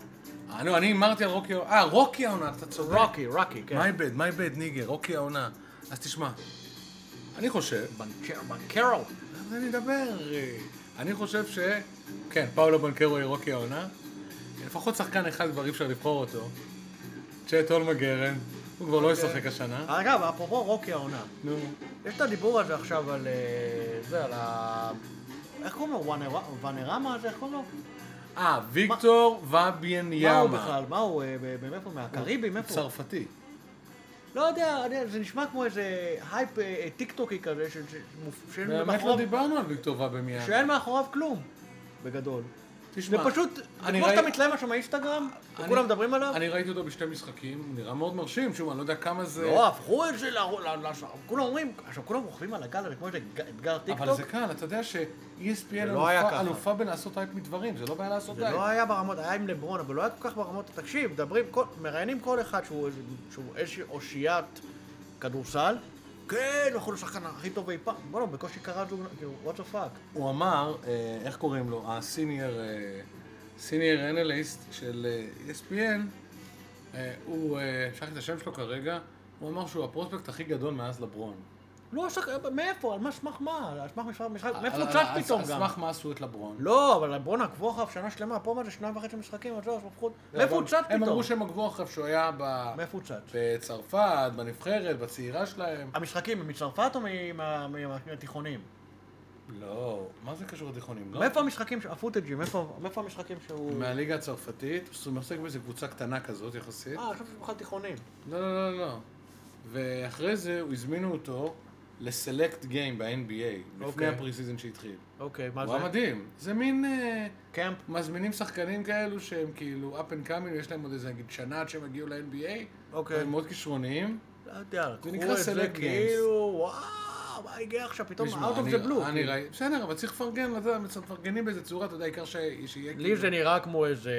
[SPEAKER 2] אה, נו, אני הימרתי על רוקי העונה. אה, רוקי העונה, אתה צודק.
[SPEAKER 3] רוקי, רוקי, כן.
[SPEAKER 2] My bad, my bad, ניגר, רוקי העונה. אז תשמע, אני חושב,
[SPEAKER 3] בנקר- בנקרו.
[SPEAKER 2] אז אני אדבר. אה, אני חושב ש... כן, פאולו בנקרו היא רוקי העונה. לפחות שחקן אחד כבר אי אפשר לבחור אותו. צ'ט אולמגרן, הוא כבר לא ישחק השנה.
[SPEAKER 3] אגב, אפרופו רוקי העונה.
[SPEAKER 2] נו.
[SPEAKER 3] יש את הדיבור הזה עכשיו על... אה, זה, על ה... איך קוראים לו? וואנר- וואנרמה הזה? איך קוראים לו?
[SPEAKER 2] אה, ויקטור
[SPEAKER 3] מה הוא
[SPEAKER 2] וביאניאמה.
[SPEAKER 3] בכלל? מה הוא? אה, ב- ב- מאיפה? מהקריבי? מאיפה?
[SPEAKER 2] צרפתי.
[SPEAKER 3] לא יודע, אני- זה נשמע כמו איזה הייפ אה, אה, טיקטוקי כזה, ש- ש- מופ- שאין
[SPEAKER 2] באמת לא
[SPEAKER 3] מאחוריו-
[SPEAKER 2] דיברנו על ויקטור וביאניאמה.
[SPEAKER 3] שאין מאחוריו כלום, בגדול. זה
[SPEAKER 2] תשמע,
[SPEAKER 3] פשוט,
[SPEAKER 2] אני
[SPEAKER 3] זה כמו
[SPEAKER 2] ראי-
[SPEAKER 3] שאתה מתלהם עכשיו מהאינסטגרם,
[SPEAKER 2] אני-
[SPEAKER 3] וכולם מדברים עליו,
[SPEAKER 2] אני ראיתי אותו בשתי משחקים, הוא נראה מאוד מרשים, שוב, אני לא יודע כמה זה...
[SPEAKER 3] לא, הפכו את זה ל... ל- ל- כולם אומרים, עכשיו כולם רוכבים על הגל הזה כמו איזה ג- אתגר
[SPEAKER 2] אבל
[SPEAKER 3] טיקטוק.
[SPEAKER 2] זה קל, אתה יודע ש-ESPN
[SPEAKER 3] זה לא היה
[SPEAKER 2] אלופה-
[SPEAKER 3] ככה.
[SPEAKER 2] אלופה בלעשות אייפ מדברים, זה לא בעיה לעשות
[SPEAKER 3] זה
[SPEAKER 2] אייפ.
[SPEAKER 3] לא היה ברמות, היה עם לברון, אבל לא היה כל כך ברמות, תקשיב, מדברים, כל- מראיינים כל אחד שהוא איזה- שהוא איזושהי אושיית כדורסל, כן, אנחנו השחקן הכי טוב אי פעם, בוא'נה, הוא בקושי קרא זוג, כאילו, what the fuck.
[SPEAKER 2] הוא אמר, אה, איך קוראים לו, הסיניור, אה, סיניור אנליסט של אה, ESPN, אה, הוא, אה, שכחתי את השם שלו כרגע, הוא אמר שהוא הפרוספקט הכי גדול מאז לברון.
[SPEAKER 3] לא, שק... מאיפה? על מה סמך מה? על סמך משחק? משחק... מאיפה
[SPEAKER 2] על-
[SPEAKER 3] הוא
[SPEAKER 2] על-
[SPEAKER 3] צץ
[SPEAKER 2] על-
[SPEAKER 3] פתאום
[SPEAKER 2] על
[SPEAKER 3] גם?
[SPEAKER 2] סמך מה עשו את לברון.
[SPEAKER 3] לא, אבל בואנה, עקבו אחריו שנה שלמה, פה מה זה שניים וחצי משחקים, אז לא, אז לפחות... מאיפה הוא צץ
[SPEAKER 2] הם
[SPEAKER 3] פתאום?
[SPEAKER 2] אמרו שהם עקבו אחריו שהוא היה ב-
[SPEAKER 3] מאיפה הוא צץ?
[SPEAKER 2] בצרפת, בנבחרת, בצעירה שלהם.
[SPEAKER 3] המשחקים הם מצרפת או מ- מה- מה- מהתיכונים?
[SPEAKER 2] לא, מה זה קשור לתיכונים? לא.
[SPEAKER 3] מאיפה המשחקים, ש- הפוטג'ים, מאיפה מאיפה המשחקים שהוא...
[SPEAKER 2] מהליגה הצרפתית, הוא משחק באיזה קבוצה קטנה כזאת יחסית.
[SPEAKER 3] אה, עכשיו זה בכלל תיכונים.
[SPEAKER 2] לא, לא, לא, לא. ואחרי זה הוא הזמינו אותו לסלקט גיים ב-NBA, לפני
[SPEAKER 3] אוקיי.
[SPEAKER 2] הפרי סיזן שהתחיל.
[SPEAKER 3] אוקיי, מה
[SPEAKER 2] הוא היה
[SPEAKER 3] זה?
[SPEAKER 2] מדהים. זה מין... אה,
[SPEAKER 3] קמפ?
[SPEAKER 2] מזמינים שחקנים כאלו שהם כאילו up and coming, יש להם עוד איזה נגיד שנה עד שהם הגיעו ל-NBA,
[SPEAKER 3] אוקיי.
[SPEAKER 2] הם מאוד כישרוניים.
[SPEAKER 3] לא יודע, לקחו
[SPEAKER 2] נקרא
[SPEAKER 3] את זה
[SPEAKER 2] select games.
[SPEAKER 3] כאילו, וואו, מה הגיע עכשיו פתאום?
[SPEAKER 2] תשמע,
[SPEAKER 3] out of
[SPEAKER 2] אני-
[SPEAKER 3] the blue.
[SPEAKER 2] אני
[SPEAKER 3] כאילו.
[SPEAKER 2] ראיתי, בסדר, אבל צריך לפרגן, אתה יודע, מפרגנים באיזה צורה, אתה יודע, העיקר ש- שיהיה
[SPEAKER 3] לי
[SPEAKER 2] כאילו-
[SPEAKER 3] זה נראה כמו איזה...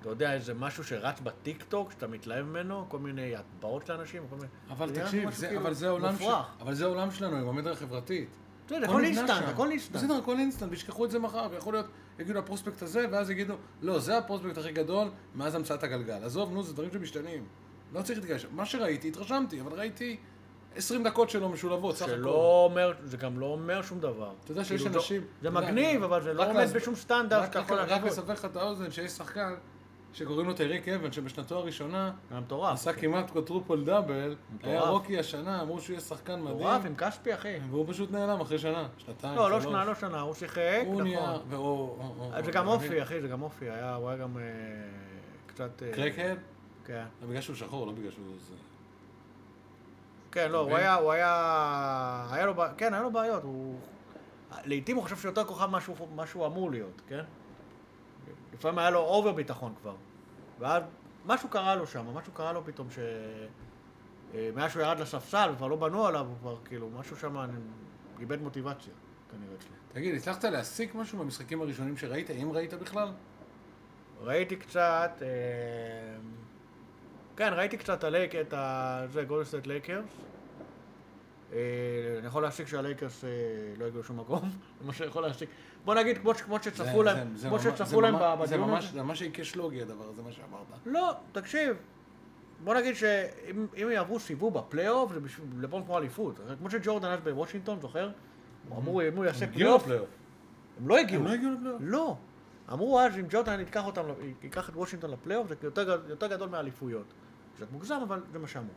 [SPEAKER 3] אתה יודע, איזה משהו שרץ בטיקטוק, שאתה מתלהב ממנו, כל מיני הטבעות לאנשים, כל מיני...
[SPEAKER 2] אבל
[SPEAKER 3] זה נראה
[SPEAKER 2] תקשיב,
[SPEAKER 3] משהו
[SPEAKER 2] זה-
[SPEAKER 3] כאילו
[SPEAKER 2] אבל זה העולם ש-
[SPEAKER 3] מופרך.
[SPEAKER 2] אבל זה העולם שלנו עם המדיה החברתית.
[SPEAKER 3] אתה יודע,
[SPEAKER 2] הכל
[SPEAKER 3] הכל
[SPEAKER 2] נבנה
[SPEAKER 3] אינסטנט,
[SPEAKER 2] שם.
[SPEAKER 3] הכל אינסטנט.
[SPEAKER 2] בסדר, הכל אינסטנט, וישכחו את זה מחר, ויכול להיות, יגידו הפרוספקט הזה, ואז יגידו, לא, זה הפרוספקט הכי גדול מאז המצאת הגלגל. עזוב, נו, זה דברים שמשתנים. לא צריך להתגייש. מה שראיתי, התרשמתי, אבל ראיתי 20 דקות שלו משולבות, סך
[SPEAKER 3] שלא
[SPEAKER 2] הכל.
[SPEAKER 3] אומר, זה גם לא אומר שום דבר.
[SPEAKER 2] אתה יודע
[SPEAKER 3] כאילו,
[SPEAKER 2] שיש אנשים...
[SPEAKER 3] זה
[SPEAKER 2] אתה יודע,
[SPEAKER 3] מגניב, אבל זה לא
[SPEAKER 2] רק
[SPEAKER 3] עומד
[SPEAKER 2] להס-
[SPEAKER 3] בשום סטנדרט
[SPEAKER 2] רק-
[SPEAKER 3] שאתה יכול
[SPEAKER 2] רק- רק
[SPEAKER 3] להשוות.
[SPEAKER 2] לסבר לך את האוזן, שיש שחקן שקוראים לו טייריק אבן, שבשנתו הראשונה
[SPEAKER 3] זה מטורף.
[SPEAKER 2] עשה כמעט כטרופול דאבל, היה
[SPEAKER 3] אוקיי. מטורף.
[SPEAKER 2] רוקי השנה, אמרו שהוא יהיה שחקן
[SPEAKER 3] מטורף
[SPEAKER 2] מדהים,
[SPEAKER 3] עם כספי, אחי.
[SPEAKER 2] והוא פשוט נעלם אחרי שנה, שנתיים,
[SPEAKER 3] לא, לא
[SPEAKER 2] שלוש.
[SPEAKER 3] שנה, לא שנה, הוא שיחק,
[SPEAKER 2] הוא נהיה,
[SPEAKER 3] נכון.
[SPEAKER 2] והוא...
[SPEAKER 3] אז זה גם אופי, אחי, זה גם אופי. היה, הוא היה גם אה, קצת... אה,
[SPEAKER 2] קרקהד?
[SPEAKER 3] כן.
[SPEAKER 2] לא בגלל שהוא שחור, לא בגלל שהוא... זה.
[SPEAKER 3] כן, לא, הוא
[SPEAKER 2] מבין?
[SPEAKER 3] היה, הוא היה, היה לו, בע- כן, היה לו בעיות, הוא, לעיתים הוא חושב שיותר כוכב ממה שהוא- מה שהוא אמור להיות, כן? לפעמים היה לו אובר ביטחון כבר, ואז משהו קרה לו שם, משהו קרה לו פתאום ש... אה, מאז שהוא ירד לספסל, כבר לא בנו עליו, הוא כבר כאילו, משהו שם אני- איבד מוטיבציה, כנראה אצלו.
[SPEAKER 2] תגיד, הצלחת להסיק משהו במשחקים הראשונים שראית, אם ראית בכלל?
[SPEAKER 3] ראיתי קצת, אה, כן, ראיתי קצת את הלייק, את ה... זה, גולדסטייט לייקרס. אה, אני יכול להסיק שהלייקרס אה, לא הגיעו לשום מקום, זה מה שאני יכול להסיק. בוא נגיד, כמו ש- כמו שצפו
[SPEAKER 2] זה-
[SPEAKER 3] להם,
[SPEAKER 2] זה- זה
[SPEAKER 3] כמו
[SPEAKER 2] ממש-
[SPEAKER 3] שצפו להם
[SPEAKER 2] זה ממש-
[SPEAKER 3] ב-
[SPEAKER 2] זה
[SPEAKER 3] בדיון
[SPEAKER 2] ממש-
[SPEAKER 3] הזה.
[SPEAKER 2] זה ממש היקש לוגי הדבר הזה, מה שאמרת.
[SPEAKER 3] לא, תקשיב, בוא נגיד שאם אם יעברו סיבוב בפלייאוף, זה בשביל לבון כמו אליפות. כמו שג'ורדן אז בוושינגטון, זוכר? הוא אמור, אם הוא יעשה פלייאוף, הם לא הגיעו.
[SPEAKER 2] הם לא הגיעו לפלייאוף.
[SPEAKER 3] לא. אמרו אז, אם ג'ורדן ייקח אותם, ייקח את וושינגטון לפלייאוף, זה יותר, גד- יותר גדול מאליפויות. זה מוגזם, אבל זה מה שאמרו.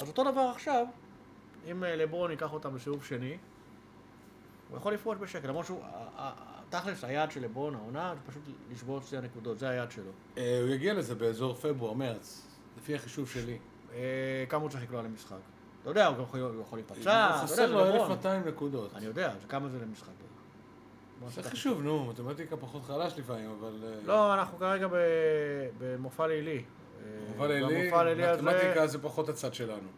[SPEAKER 3] אז אותו דבר עכשיו, אם אה, לברון ייקח אותם לסיבוב שני, הוא יכול לפרוש בשקט, למרות שהוא, ה- ה- ה- תכלס, היעד של לברון העונה, זה פשוט לשבור את שיא הנקודות, זה היעד שלו.
[SPEAKER 2] אה, הוא יגיע לזה באזור פברואר-מרץ, לפי החישוב שלי.
[SPEAKER 3] אה, כמה הוא צריך לקלוע למשחק? אתה יודע, הוא גם יכול- הוא יכול להיפצע, אתה
[SPEAKER 2] הוא
[SPEAKER 3] יודע,
[SPEAKER 2] חסר
[SPEAKER 3] זה
[SPEAKER 2] לו
[SPEAKER 3] לברון.
[SPEAKER 2] 1,200 נקודות.
[SPEAKER 3] אני יודע, זה כמה זה למשחק. בוא נעשה
[SPEAKER 2] זה
[SPEAKER 3] את החישוב.
[SPEAKER 2] חישוב, נו, מתמטיקה פחות חלש לפעמים, אבל... אה,
[SPEAKER 3] לא, אנחנו כרגע ב- במופע לילי. אה,
[SPEAKER 2] אבל אלי,
[SPEAKER 3] במופע לילי הזה...
[SPEAKER 2] מתמטיקה זה פחות הצד שלנו.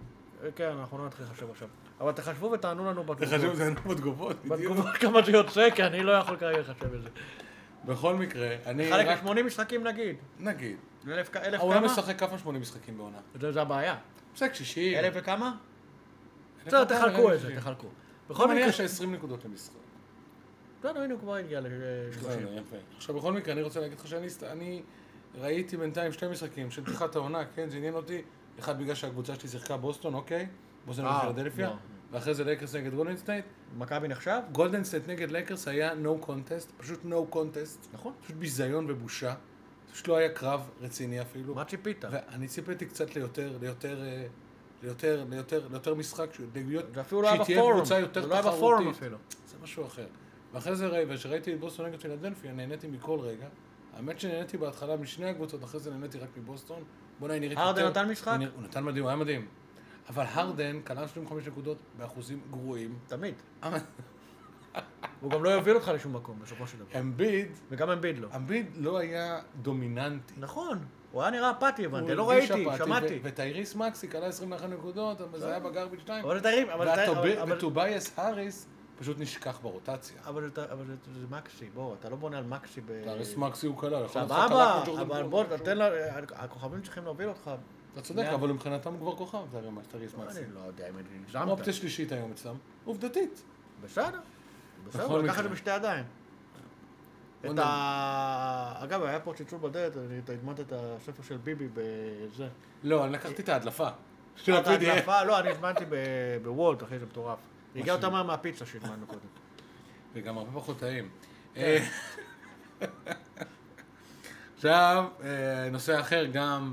[SPEAKER 3] אה, כן, אנחנו לא נתחיל לחשב עכשיו. אבל תחשבו ותענו לנו
[SPEAKER 2] חשוב,
[SPEAKER 3] בתגובות.
[SPEAKER 2] זה ענו בתגובות, בדיוק.
[SPEAKER 3] בתגובות כמה זה יוצא, כי אני לא יכול כרגע לחשב את זה.
[SPEAKER 2] בכל מקרה, אני
[SPEAKER 3] חלק
[SPEAKER 2] אה, רק...
[SPEAKER 3] ל-80 משחקים נגיד.
[SPEAKER 2] נגיד,
[SPEAKER 3] אלף כ- אלף
[SPEAKER 2] הוא לא
[SPEAKER 3] כמה?
[SPEAKER 2] משחק כמה 80 משחקים בעונה.
[SPEAKER 3] זה זה הבעיה.
[SPEAKER 2] משחק שישי.
[SPEAKER 3] אלף וכמה?
[SPEAKER 2] אלף
[SPEAKER 3] בסדר,
[SPEAKER 2] וכמה,
[SPEAKER 3] תחלקו
[SPEAKER 2] אלף
[SPEAKER 3] את זה,
[SPEAKER 2] ושישים.
[SPEAKER 3] תחלקו.
[SPEAKER 2] בכל
[SPEAKER 3] בכל
[SPEAKER 2] מקרה
[SPEAKER 3] מקרה...
[SPEAKER 2] ש-20 נקודות למשחק.
[SPEAKER 3] בסדר, הנה הוא כבר הגיע ל-30.
[SPEAKER 2] בסדר, יפה. עכשיו, בכל מקרה, אני רוצה להגיד לך שאני הסת- אני ראיתי בינתיים שתי משחקים של פתיחת העונה, כן, זה עניין אותי. אחד בגלל שהקבוצה שלי שיחקה בוסטון, אוקיי? בוסטון
[SPEAKER 3] אה,
[SPEAKER 2] ופילדלפיה.
[SPEAKER 3] לא.
[SPEAKER 2] ואחרי זה לייקרס נגד גולדן סטייט.
[SPEAKER 3] מכבי נחשב?
[SPEAKER 2] גולדן סטייט נגד לייקרס היה no contest, פשוט no contest.
[SPEAKER 3] נכון.
[SPEAKER 2] פשוט ביזיון ובושה. פשוט לא היה קרב רציני אפילו.
[SPEAKER 3] מה ציפית?
[SPEAKER 2] ואני ציפיתי קצת ליותר, ליותר, אה, ליותר, ליותר, ליותר משחק, שהוא- להיות-
[SPEAKER 3] זה אפילו לא היה
[SPEAKER 2] שהיא תהיה
[SPEAKER 3] בפורום.
[SPEAKER 2] קבוצה
[SPEAKER 3] זה
[SPEAKER 2] יותר
[SPEAKER 3] לא היה בפורום
[SPEAKER 2] תחרותית.
[SPEAKER 3] אפילו.
[SPEAKER 2] זה משהו אחר. ואחרי זה ראי- כשראיתי את בוסטון נגד פילדלפיה, נהניתי מכל רגע. האמת שנהניתי בהתחלה משני הקבוצות, אחרי זה נהניתי רק מבוסטון. בוא'נה, היא נראית
[SPEAKER 3] הרדן נתן משחק?
[SPEAKER 2] היא נרא- הוא נתן מדהים, הוא היה מדהים. אבל הרדן כלל 35 נקודות באחוזים גרועים.
[SPEAKER 3] תמיד. הוא גם לא יוביל אותך לשום מקום, בסופו של
[SPEAKER 2] אה.
[SPEAKER 3] דבר.
[SPEAKER 2] אמביד,
[SPEAKER 3] וגם אמביד לא.
[SPEAKER 2] אמביד לא היה דומיננטי.
[SPEAKER 3] נכון, הוא היה נראה אפאתי, הבנתי, לא
[SPEAKER 2] הוא הרגיש
[SPEAKER 3] ראיתי,
[SPEAKER 2] אפאתי,
[SPEAKER 3] שמעתי.
[SPEAKER 2] ו-
[SPEAKER 3] לא.
[SPEAKER 2] וטייריס מקסי כלל 21 נקודות, אבל זה היה בגרביג' 2.
[SPEAKER 3] אבל זה תרים, אבל זה- אבל- אבל-
[SPEAKER 2] וטובייס האריס פשוט נשכח ברוטציה.
[SPEAKER 3] אבל זה- אבל זה- זה מקסי, בוא, אתה לא בונה על מקסי ב...
[SPEAKER 2] האריס מקסי הוא נכון? כלל. יכול להיות
[SPEAKER 3] סבבה,
[SPEAKER 2] חתך לג'ורדן
[SPEAKER 3] אבל
[SPEAKER 2] פול.
[SPEAKER 3] בוא, תתן לה, הכוכבים צריכים להוביל אותך.
[SPEAKER 2] אתה צודק,
[SPEAKER 3] שנייה.
[SPEAKER 2] אבל מבחינתם הוא כבר כוכב, זה הרי מה שטריס מקסי.
[SPEAKER 3] אני לא יודע אם אני
[SPEAKER 2] למה
[SPEAKER 3] הגזמת.
[SPEAKER 2] אופציה שלישית היום אצלם? עובדתית.
[SPEAKER 3] בסדר, בסדר,
[SPEAKER 2] בכל
[SPEAKER 3] לקח את
[SPEAKER 2] מקרה.
[SPEAKER 3] זה בשתי ידיים.
[SPEAKER 2] בוא
[SPEAKER 3] את
[SPEAKER 2] נ-
[SPEAKER 3] ה... אגב, היה פה צלצול בדלת, אני- אתה הדמנת את הספר של ביבי בזה.
[SPEAKER 2] לא, אני לקחתי את ההדלפה. של
[SPEAKER 3] אה, את
[SPEAKER 2] ה-PDF.
[SPEAKER 3] ההדלפה, לא, אני הזמנתי ב- בוולט, אחי, זה מטורף. זה הגיע יותר מהר מהפיצה שהזמנו קודם.
[SPEAKER 2] וגם הרבה פחות טעים.
[SPEAKER 3] כן.
[SPEAKER 2] אה, עכשיו, אה, נושא אחר גם,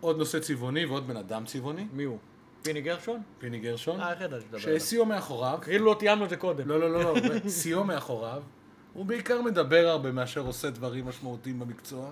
[SPEAKER 2] עוד נושא צבעוני ועוד בן אדם צבעוני,
[SPEAKER 3] מי הוא? פיני גרשון?
[SPEAKER 2] פיני גרשון,
[SPEAKER 3] אה, איך ידעתי שתדבר עליו?
[SPEAKER 2] ששיאו מאחוריו,
[SPEAKER 3] כאילו לא תיאמנו את זה קודם.
[SPEAKER 2] לא, לא, לא, לא, באמת, שיאו מאחוריו, הוא בעיקר מדבר הרבה מאשר עושה דברים משמעותיים במקצוע,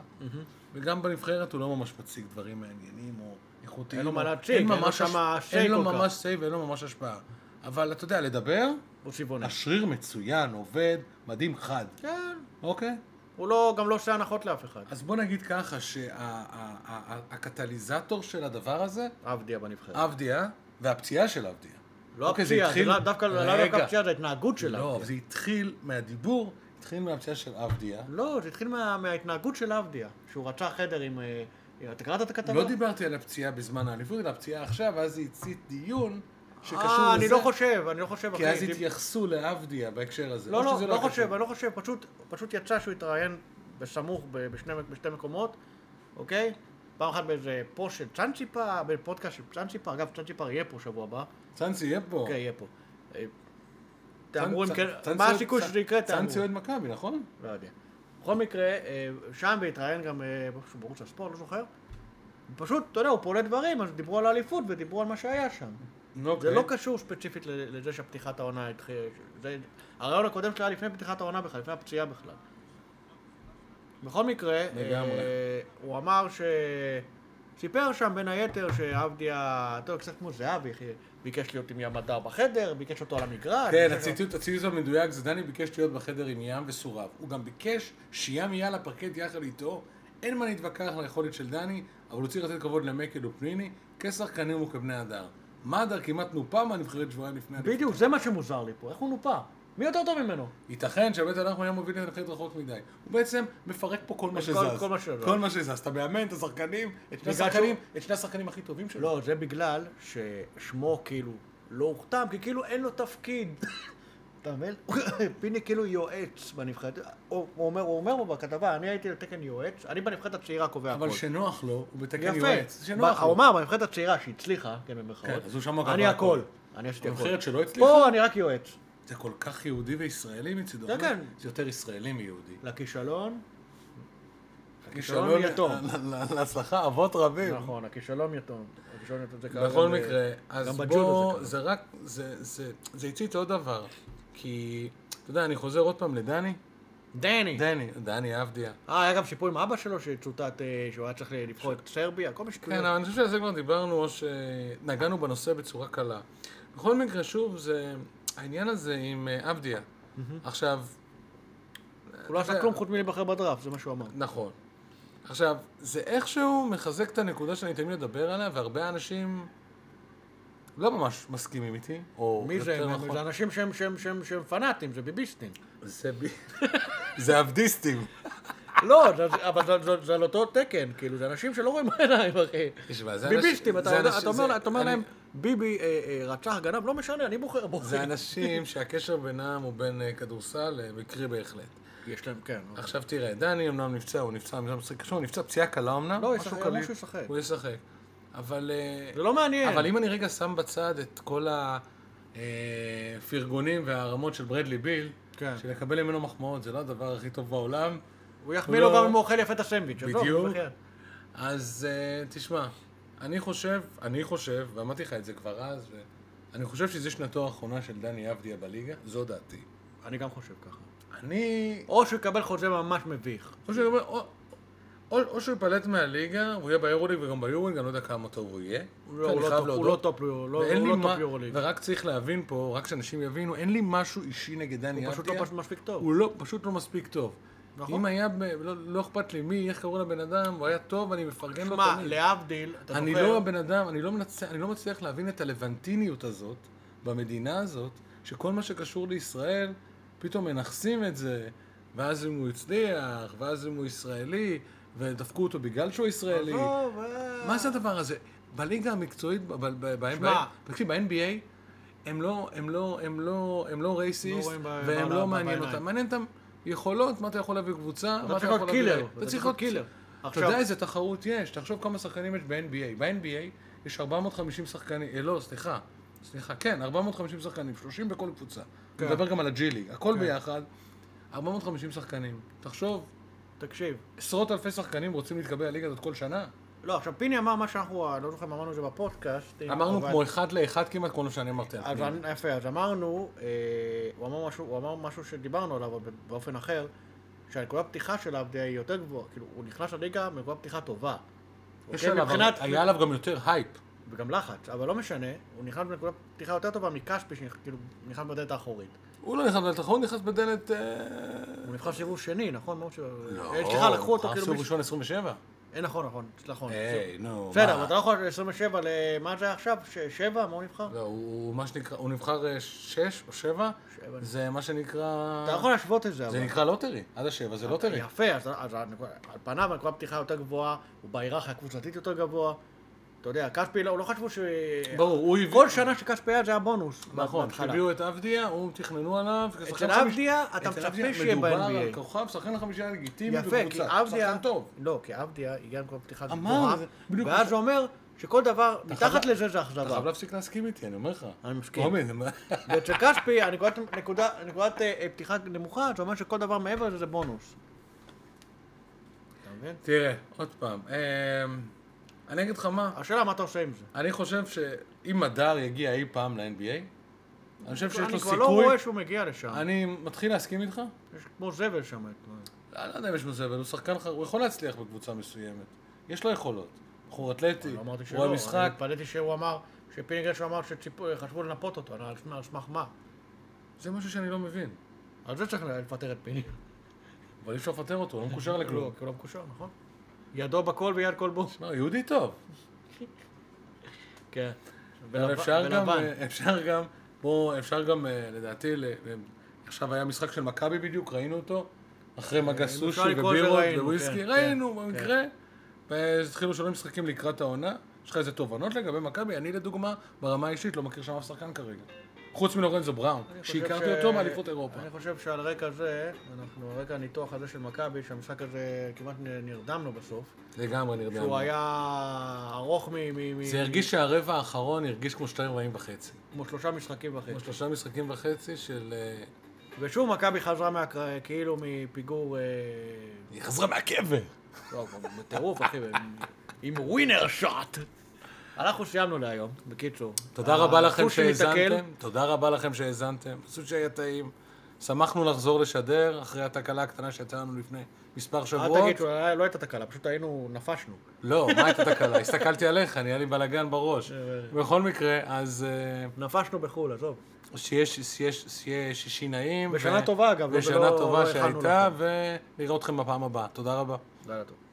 [SPEAKER 2] וגם בנבחרת הוא לא ממש מציג דברים מעניינים או איכותיים.
[SPEAKER 3] אין לו מה
[SPEAKER 2] או-
[SPEAKER 3] להציג, אין לו
[SPEAKER 2] ממש
[SPEAKER 3] שם
[SPEAKER 2] הש-
[SPEAKER 3] say
[SPEAKER 2] אין לו
[SPEAKER 3] כל כך.
[SPEAKER 2] ממש say ואין לו ממש השפעה. אבל אתה יודע, לדבר,
[SPEAKER 3] הוא צבעוני.
[SPEAKER 2] השריר מצוין, עובד, מדהים חד,
[SPEAKER 3] כן,
[SPEAKER 2] אוקיי?
[SPEAKER 3] הוא לא, גם לא עושה הנחות לאף אחד.
[SPEAKER 2] אז בוא נגיד ככה, שהקטליזטור של הדבר הזה,
[SPEAKER 3] עבדיה בנבחרת.
[SPEAKER 2] עבדיה, והפציעה של עבדיה.
[SPEAKER 3] לא
[SPEAKER 2] אה, אוקיי, זה
[SPEAKER 3] הפציעה, זה
[SPEAKER 2] התחיל-
[SPEAKER 3] לא דווקא לא
[SPEAKER 2] רגע.
[SPEAKER 3] דווקא הפציעה, זה ההתנהגות שלה.
[SPEAKER 2] לא, אבל זה התחיל מהדיבור, התחיל מהפציעה של עבדיה.
[SPEAKER 3] לא, זה התחיל מה- מההתנהגות של עבדיה, שהוא רצה חדר עם... אה, אתה קראת את הכתבה?
[SPEAKER 2] לא דיברתי על הפציעה בזמן האליפות, אלא הפציעה עכשיו, אז זה הצית דיון שקשור לזה.
[SPEAKER 3] אה, אני לא חושב, אני לא חושב,
[SPEAKER 2] כי אז
[SPEAKER 3] דיב-
[SPEAKER 2] התייחסו לעבדיה בהקשר הזה.
[SPEAKER 3] לא,
[SPEAKER 2] או
[SPEAKER 3] לא,
[SPEAKER 2] שזה
[SPEAKER 3] לא
[SPEAKER 2] היה
[SPEAKER 3] חושב,
[SPEAKER 2] קשור.
[SPEAKER 3] אני לא חושב, פשוט, פשוט יצא שהוא התראיין בסמוך ב- בשני, בשתי מקומות, אוקיי? פעם אחת באיזה פוסט של צאנציפה, בפודקאסט של צאנציפה, אגב, צאנציפה יהיה פה שבוע הבא,
[SPEAKER 2] צאנצי יהיה פה.
[SPEAKER 3] אוקיי, יהיה פה. אה,
[SPEAKER 2] צאנ-
[SPEAKER 3] תאמרו אם
[SPEAKER 2] צאנ-
[SPEAKER 3] כן,
[SPEAKER 2] צאנצי
[SPEAKER 3] מה
[SPEAKER 2] אוהד-
[SPEAKER 3] הסיכוי
[SPEAKER 2] צאנ-
[SPEAKER 3] שזה יקרה, תאמרו.
[SPEAKER 2] צאנצי אוהד מכבי, נכון?
[SPEAKER 3] לא יודע. בכל מקרה, אה, שם והתראיין גם אה, משהו בערוץ הספורט, לא זוכר. פשוט, אתה יודע, הוא פולט דברים, אז דיברו על האליפות ודיברו על מה שהיה שם. זה
[SPEAKER 2] אוקיי.
[SPEAKER 3] לא קשור ספציפית ל- לזה שפתיחת העונה התחילה. זה- הרעיון הקודם שלה היה לפני פתיחת העונה בכלל, לפני הפציעה בכלל. בכל מקרה,
[SPEAKER 2] לגמרי.
[SPEAKER 3] אה, הוא אמר ש... סיפר שם בין היתר שעבדיה, אתה יודע, קצת כמו זהבי, אחי, ביקש להיות עם ים הדר בחדר, ביקש אותו על המגרש.
[SPEAKER 2] כן,
[SPEAKER 3] ביקש-
[SPEAKER 2] הציטוט הציטוט המדויק זה דני ביקש להיות בחדר עם ים וסורב. הוא גם ביקש שים יהיה על הפרקט יחד איתו. אין מה להתווכח על היכולת של דני, אבל הוא צריך לתת כבוד למקל ופניני, כשחקנים וכבני הדר. מדר כמעט נופה מהנבחרת שבועיים לפני הנבחרת.
[SPEAKER 3] בדיוק, זה מה שמוזר לי פה, איך הוא נופה? מי יותר טוב ממנו?
[SPEAKER 2] ייתכן שבית הלחם היה מוביל את הנבחרת רחוק מדי. הוא בעצם מפרק פה כל מה
[SPEAKER 3] את
[SPEAKER 2] שזז.
[SPEAKER 3] כל- כל מה שזז.
[SPEAKER 2] כל מה שזז. אתה מאמן את השחקנים, את שני
[SPEAKER 3] בגלל
[SPEAKER 2] השחקנים, את שני השחקנים הכי טובים שלו.
[SPEAKER 3] לא, זה בגלל ששמו כאילו לא הוכתם, כי כאילו אין לו תפקיד. אתה מבין? פיני כאילו יועץ בנבחרת, הוא הוא אומר, הוא אומר פה בכתבה, אני הייתי על תקן יועץ, אני בנבחרת הצעירה קובע הכול.
[SPEAKER 2] אבל שנוח לו, הוא בתקן יועץ.
[SPEAKER 3] נכון. יפה.
[SPEAKER 2] שנוח לו.
[SPEAKER 3] הוא אמר, בנבחרת הצעירה שהצליחה, כן במרכאות,
[SPEAKER 2] כן, אז הוא שם קבע
[SPEAKER 3] אני
[SPEAKER 2] הכל.
[SPEAKER 3] הכל. אני עשיתי הכל.
[SPEAKER 2] הנבחרת שלא הצליחה?
[SPEAKER 3] פה אני רק יועץ.
[SPEAKER 2] זה כל כך יהודי וישראלי מצידו.
[SPEAKER 3] כן, כן.
[SPEAKER 2] זה יותר ישראלי מיהודי.
[SPEAKER 3] לכישלון,
[SPEAKER 2] כישלון
[SPEAKER 3] יתום.
[SPEAKER 2] ל- ל- להצלחה, אבות רבים.
[SPEAKER 3] נכון, הכישלון יתום. הכישלון יתום זה קרה
[SPEAKER 2] כן. בכל
[SPEAKER 3] גם אה, ב-
[SPEAKER 2] מקרה, אז
[SPEAKER 3] גם בג'ודו
[SPEAKER 2] בוא,
[SPEAKER 3] זה
[SPEAKER 2] זה רק, זה- זה זה הצית עוד דבר. כי, אתה יודע, אני חוזר עוד פעם לדני.
[SPEAKER 3] קרה. דני.
[SPEAKER 2] דני, דני עבדיה.
[SPEAKER 3] אה, היה גם סיפור עם אבא שלו שצוטט, אה, שהוא היה צריך לבחור את סרביה, כל מיני
[SPEAKER 2] כן,
[SPEAKER 3] שטויות.
[SPEAKER 2] אבל אני חושב שעל זה כבר דיברנו, או שנגענו בנושא בצורה קלה. בכל מקרה, שוב, זה העניין הזה עם אה, עבדיה. עכשיו,
[SPEAKER 3] הוא לא עשה כלום חוץ מלהיבחר בדראפט, זה מה שהוא אמר.
[SPEAKER 2] נכון. עכשיו, זה איכשהו מחזק את הנקודה שאני תמיד מדבר עליה, והרבה אנשים לא ממש מסכימים איתי, או
[SPEAKER 3] מי זה?
[SPEAKER 2] יותר
[SPEAKER 3] הם-
[SPEAKER 2] נכון-
[SPEAKER 3] זה אנשים שהם- שהם- שהם שהם פנאטים, זה ביביסטים.
[SPEAKER 2] זה ב... זה עבדיסטים.
[SPEAKER 3] לא, זה- אבל זה- זה- זה על אותו תקן, כאילו, זה אנשים שלא רואים בעיניים, אחי.
[SPEAKER 2] תשמע, זה אנשים-
[SPEAKER 3] ביביסטים, אתה
[SPEAKER 2] זה
[SPEAKER 3] יודע,
[SPEAKER 2] אנשים-
[SPEAKER 3] אתה אומר
[SPEAKER 2] זה-
[SPEAKER 3] לה- אתה אומר
[SPEAKER 2] אני-
[SPEAKER 3] להם, ביבי אה, אה, רצח, גנב, לא משנה, אני בוחר בו.
[SPEAKER 2] זה אנשים שהקשר בינם הוא בין אה, כדורסל אה, מקרי בהחלט.
[SPEAKER 3] יש להם, כן. אוקיי.
[SPEAKER 2] עכשיו תראה, דני אמנם נפצע, הוא נפצע, הוא נפצע קשה, הוא נפצע פציעה קלה אמנם.
[SPEAKER 3] לא, הוא
[SPEAKER 2] משהו
[SPEAKER 3] ישחק,
[SPEAKER 2] קליל.
[SPEAKER 3] אמרו שהוא ישחק.
[SPEAKER 2] הוא ישחק. אבל... אה,
[SPEAKER 3] זה לא מעניין.
[SPEAKER 2] אבל אם אני רגע שם בצד את כל הפרגונים והערמות של ברדלי ביל,
[SPEAKER 3] כן.
[SPEAKER 2] שלקבל ממנו מחמאות זה לא הדבר הכי טוב בעולם,
[SPEAKER 3] הוא יחמיא
[SPEAKER 2] הוא
[SPEAKER 3] לו
[SPEAKER 2] לא-
[SPEAKER 3] גם אם הוא אוכל יפה את הסנדוויץ'. עזוב,
[SPEAKER 2] בדיוק.
[SPEAKER 3] בחייאת.
[SPEAKER 2] אז אה, תשמע, אני חושב, אני חושב, ואמרתי לך את זה כבר אז, ו... אני חושב שזו שנתו האחרונה של דני עבדיה בליגה, זו דעתי.
[SPEAKER 3] אני גם חושב ככה.
[SPEAKER 2] אני...
[SPEAKER 3] או שהוא יקבל חוזה ממש מביך.
[SPEAKER 2] או שהוא, או, או, או שהוא ייפלט מהליגה, הוא יהיה ביורוליג וגם ביורינג, אני לא יודע כמה טוב הוא יהיה.
[SPEAKER 3] הוא לא-
[SPEAKER 2] אני
[SPEAKER 3] הוא לא
[SPEAKER 2] חייב
[SPEAKER 3] טופ- הוא
[SPEAKER 2] להודות.
[SPEAKER 3] לא טופ יורו- לא-
[SPEAKER 2] ואין
[SPEAKER 3] הוא
[SPEAKER 2] לי
[SPEAKER 3] לא
[SPEAKER 2] מה-
[SPEAKER 3] טופ יורו ליג.
[SPEAKER 2] ורק צריך להבין פה, רק שאנשים יבינו, אין לי משהו אישי נגד דני
[SPEAKER 3] הוא פשוט
[SPEAKER 2] עטיה.
[SPEAKER 3] לא פשוט מספיק טוב.
[SPEAKER 2] הוא לא, פשוט לא מספיק טוב.
[SPEAKER 3] נכון.
[SPEAKER 2] אם היה, ב, לא, לא אכפת לי מי, איך קראו לבן אדם, הוא היה טוב, אני מפרגן לו
[SPEAKER 3] מה,
[SPEAKER 2] לא תמיד.
[SPEAKER 3] להבדיל, אתה
[SPEAKER 2] אני
[SPEAKER 3] זוכר-
[SPEAKER 2] לא הבן אדם, אני לא, מנצ... אני לא מצליח להבין את הלבנטיניות הזאת, במדינה הזאת, שכל מה שקשור לישראל, פתאום מנכסים את זה, ואז אם הוא הצליח, ואז אם הוא ישראלי, ודפקו אותו בגלל שהוא ישראלי.
[SPEAKER 3] עזוב, אה.
[SPEAKER 2] מה זה הדבר הזה? בליגה המקצועית, ב- ב- ב- ב-
[SPEAKER 3] שמע.
[SPEAKER 2] ב- תקשיב, ב-NBA, הם לא, הם לא, הם לא, הם לא
[SPEAKER 3] לא
[SPEAKER 2] רייסיסט,
[SPEAKER 3] רואים ב-
[SPEAKER 2] והם
[SPEAKER 3] ב-
[SPEAKER 2] לא
[SPEAKER 3] ב-
[SPEAKER 2] מעניין
[SPEAKER 3] בעיניים.
[SPEAKER 2] אותם. מעניין אותם יכולות, מה אתה יכול להביא קבוצה, מה
[SPEAKER 3] צריך להיות
[SPEAKER 2] להביא-
[SPEAKER 3] קילר,
[SPEAKER 2] אתה צריך להיות קילר. אתה
[SPEAKER 3] עכשיו-
[SPEAKER 2] יודע איזה תחרות יש, תחשוב כמה שחקנים יש ב-NBA. ב-NBA יש 450 שחקנים, אה, לא, סליחה, סליחה, כן, 450 שחקנים, 30 בכל קבוצה.
[SPEAKER 3] כן.
[SPEAKER 2] אני מדבר גם על הג'י ליג, הכל
[SPEAKER 3] כן.
[SPEAKER 2] ביחד. 450 שחקנים. תחשוב,
[SPEAKER 3] תקשיב.
[SPEAKER 2] עשרות אלפי שחקנים רוצים להתקבל לליגה הזאת כל שנה.
[SPEAKER 3] לא, עכשיו פיני אמר מה שאנחנו, אני לא זוכר אם אמרנו את זה בפודקאסט. אה,
[SPEAKER 2] אמרנו
[SPEAKER 3] אבל-
[SPEAKER 2] כמו אחד לאחד כמעט כל מה שאני אמרתי על
[SPEAKER 3] אז
[SPEAKER 2] פנינה.
[SPEAKER 3] אני- יפה, אז אמרנו, אה, הוא אמר משהו- הוא אמר משהו שדיברנו עליו אבל באופן אחר, שהנקודת פתיחה של עבדיה היא יותר גבוהה, כאילו, הוא נכנס לליגה מנקודת פתיחה טובה.
[SPEAKER 2] יש
[SPEAKER 3] אוקיי?
[SPEAKER 2] עליו-
[SPEAKER 3] מבחינת-
[SPEAKER 2] היה עליו גם יותר הייפ.
[SPEAKER 3] וגם לחץ, אבל לא משנה, הוא נכנס בנקודת פתיחה יותר טובה מכספי, שכאילו, נכנס בדלת האחורית.
[SPEAKER 2] הוא לא נכנס בדלת האחרונה, נכנס בדלת... אה,
[SPEAKER 3] הוא נבחר סיבוב שני, נכון? מאוד ש...
[SPEAKER 2] לא,
[SPEAKER 3] אה, סליחה, לקחו אותו
[SPEAKER 2] הוא
[SPEAKER 3] כאילו...
[SPEAKER 2] סיבוב
[SPEAKER 3] מישהו-
[SPEAKER 2] ראשון אה, 27.
[SPEAKER 3] אה, נכון, נכון, נכון.
[SPEAKER 2] היי, נו,
[SPEAKER 3] בסדר,
[SPEAKER 2] מה?
[SPEAKER 3] אבל אתה לא יכול 27 למה זה היה עכשיו? ש- שבע? מה הוא נבחר?
[SPEAKER 2] לא, הוא הוא מה שנקרא, הוא נבחר אה, שש או שבע,
[SPEAKER 3] שבע.
[SPEAKER 2] זה מה שנקרא...
[SPEAKER 3] אתה לא יכול להשוות את זה, אבל.
[SPEAKER 2] זה נקרא לוטרי, עד השבע זה לוטרי.
[SPEAKER 3] יפה, אז, אז הנקודה- על פניו הנקודת פתיחה יותר גבוהה, הוא בהיררכיה הקבוצתית יותר גבוה. אתה יודע, כספי לא, לא חשבו ש...
[SPEAKER 2] ברור, הוא הביא...
[SPEAKER 3] כל שנה שכספי היה זה היה בונוס.
[SPEAKER 2] נכון,
[SPEAKER 3] בהתחלה.
[SPEAKER 2] כשהביאו את עבדיה, הוא תכננו עליו. כשחקן
[SPEAKER 3] אצל
[SPEAKER 2] חמיש-
[SPEAKER 3] עבדיה, אתה
[SPEAKER 2] אצל
[SPEAKER 3] מצפה
[SPEAKER 2] עבדיה
[SPEAKER 3] שיהיה
[SPEAKER 2] מדובר על
[SPEAKER 3] ב-NBA.
[SPEAKER 2] כוכב, שחקן חמישה לגיטימי בקבוצה.
[SPEAKER 3] יפה, כי עבדיה...
[SPEAKER 2] שחקן טוב.
[SPEAKER 3] לא, כי עבדיה הגיע לנקודת פתיחה
[SPEAKER 2] אמר,
[SPEAKER 3] גבוהה,
[SPEAKER 2] זה בדיוק מה
[SPEAKER 3] ואז
[SPEAKER 2] ש-
[SPEAKER 3] זה אומר שכל דבר, מתחת
[SPEAKER 2] חייב-
[SPEAKER 3] לזה זה
[SPEAKER 2] אתה חייב
[SPEAKER 3] אכזבה.
[SPEAKER 2] להפסיק להסכים איתי, אני אומר לך.
[SPEAKER 3] אני מסכים.
[SPEAKER 2] רומי, זה מה-
[SPEAKER 3] ואצל כספי, הנקודת- נקודה- נקודת אה, אה, פתיחה נמוכה, זה אומר שכל דבר מעבר לזה זה בונוס. אתה מבין?
[SPEAKER 2] תראה, עוד פעם, אמ, אני אגיד לך מה,
[SPEAKER 3] השאלה מה אתה עושה עם זה.
[SPEAKER 2] אני חושב שאם הדר יגיע אי פעם ל-NBA, אני חושב שיש לו
[SPEAKER 3] אני כבר לא
[SPEAKER 2] סיכוי,
[SPEAKER 3] רואה שהוא מגיע לשם.
[SPEAKER 2] אני מתחיל להסכים איתך,
[SPEAKER 3] יש כמו זבל שם. את-
[SPEAKER 2] לא לא יודע אם יש לו זבל, הוא שחקן, ח- הוא יכול להצליח בקבוצה מסוימת, יש לו יכולות, בחור אתלטי,
[SPEAKER 3] לא אמרתי
[SPEAKER 2] רואה
[SPEAKER 3] שלא, אני
[SPEAKER 2] משחק.
[SPEAKER 3] התפלאתי שהוא אמר, שפינגרשו אמר שחשבו לנפות אותו, אני- על סמך- על סמך מה?
[SPEAKER 2] זה משהו שאני לא מבין.
[SPEAKER 3] על זה צריך לפטר את פיני.
[SPEAKER 2] אבל אי אפשר לפטר אותו, הוא לא מקושר
[SPEAKER 3] לא,
[SPEAKER 2] לכלום.
[SPEAKER 3] כי הוא לא מקושר, נכון? ידו בכל ויד כל בור.
[SPEAKER 2] שמע, יהודי טוב.
[SPEAKER 3] כן.
[SPEAKER 2] אבל אפשר גם, אה,
[SPEAKER 3] בלבן.
[SPEAKER 2] אפשר גם, בוא, אפשר גם, אה, לדעתי, ל- ל- עכשיו היה משחק של מכבי בדיוק, ראינו אותו, אחרי מגע
[SPEAKER 3] אה, אפשר
[SPEAKER 2] סושי
[SPEAKER 3] לקרוא לזה
[SPEAKER 2] ובירות
[SPEAKER 3] ראינו,
[SPEAKER 2] וויסקי,
[SPEAKER 3] כן,
[SPEAKER 2] ראינו
[SPEAKER 3] כן,
[SPEAKER 2] במקרה, והתחילו שלוש משחקים לקראת העונה, יש לך איזה תובנות לגבי מכבי, אני לדוגמה, ברמה האישית לא מכיר שם אף שחקן כרגע, חוץ מלורנזו בראון,
[SPEAKER 3] אני חושב
[SPEAKER 2] שהכרתי
[SPEAKER 3] ש-
[SPEAKER 2] אותו מאליפות אירופה.
[SPEAKER 3] אני חושב שעל רקע זה, אנחנו, על רקע הניתוח הזה של מכבי, שהמשחק הזה כמעט נ- נרדמנו בסוף,
[SPEAKER 2] לגמרי
[SPEAKER 3] שהוא
[SPEAKER 2] נרדם.
[SPEAKER 3] היה ארוך מ... מ- מ-
[SPEAKER 2] זה הרגיש שהרבע האחרון הרגיש כמו שתי רבעים וחצי.
[SPEAKER 3] כמו שלושה משחקים וחצי.
[SPEAKER 2] כמו שלושה משחקים וחצי של... אה,
[SPEAKER 3] ושוב מכבי חזרה מהקר... כאילו מפיגור... אה,
[SPEAKER 2] היא חזרה מהקבר!
[SPEAKER 3] לא, כבר בטירוף, אחי, עם- עם ווינר שוט. אנחנו סיימנו להיום, בקיצור.
[SPEAKER 2] תודה רבה לכם
[SPEAKER 3] הסושי מתעכל.
[SPEAKER 2] שהאזנתם, תודה רבה לכם שהאזנתם, סושי היה טעים, שמחנו לחזור לשדר אחרי התקלה הקטנה שהייתה לנו לפני מספר
[SPEAKER 3] אל
[SPEAKER 2] שבועות.
[SPEAKER 3] תגיד שלא הייתה תקלה, פשוט היינו, נפשנו.
[SPEAKER 2] לא, מה הייתה תקלה? הסתכלתי עליך, נהיה לי בלאגן בראש. בכל מקרה, אז אה,
[SPEAKER 3] נפשנו בחו"ל, עזוב.
[SPEAKER 2] שיש- שיש- שיהיה שישי נעים.
[SPEAKER 3] בשנה
[SPEAKER 2] ו-
[SPEAKER 3] טובה, אגב, לא-
[SPEAKER 2] ושנה
[SPEAKER 3] ולא-
[SPEAKER 2] טובה
[SPEAKER 3] לא איחלנו
[SPEAKER 2] שהייתה, ונראה אתכם בפעם הבאה. תודה רבה.
[SPEAKER 3] לילה טוב.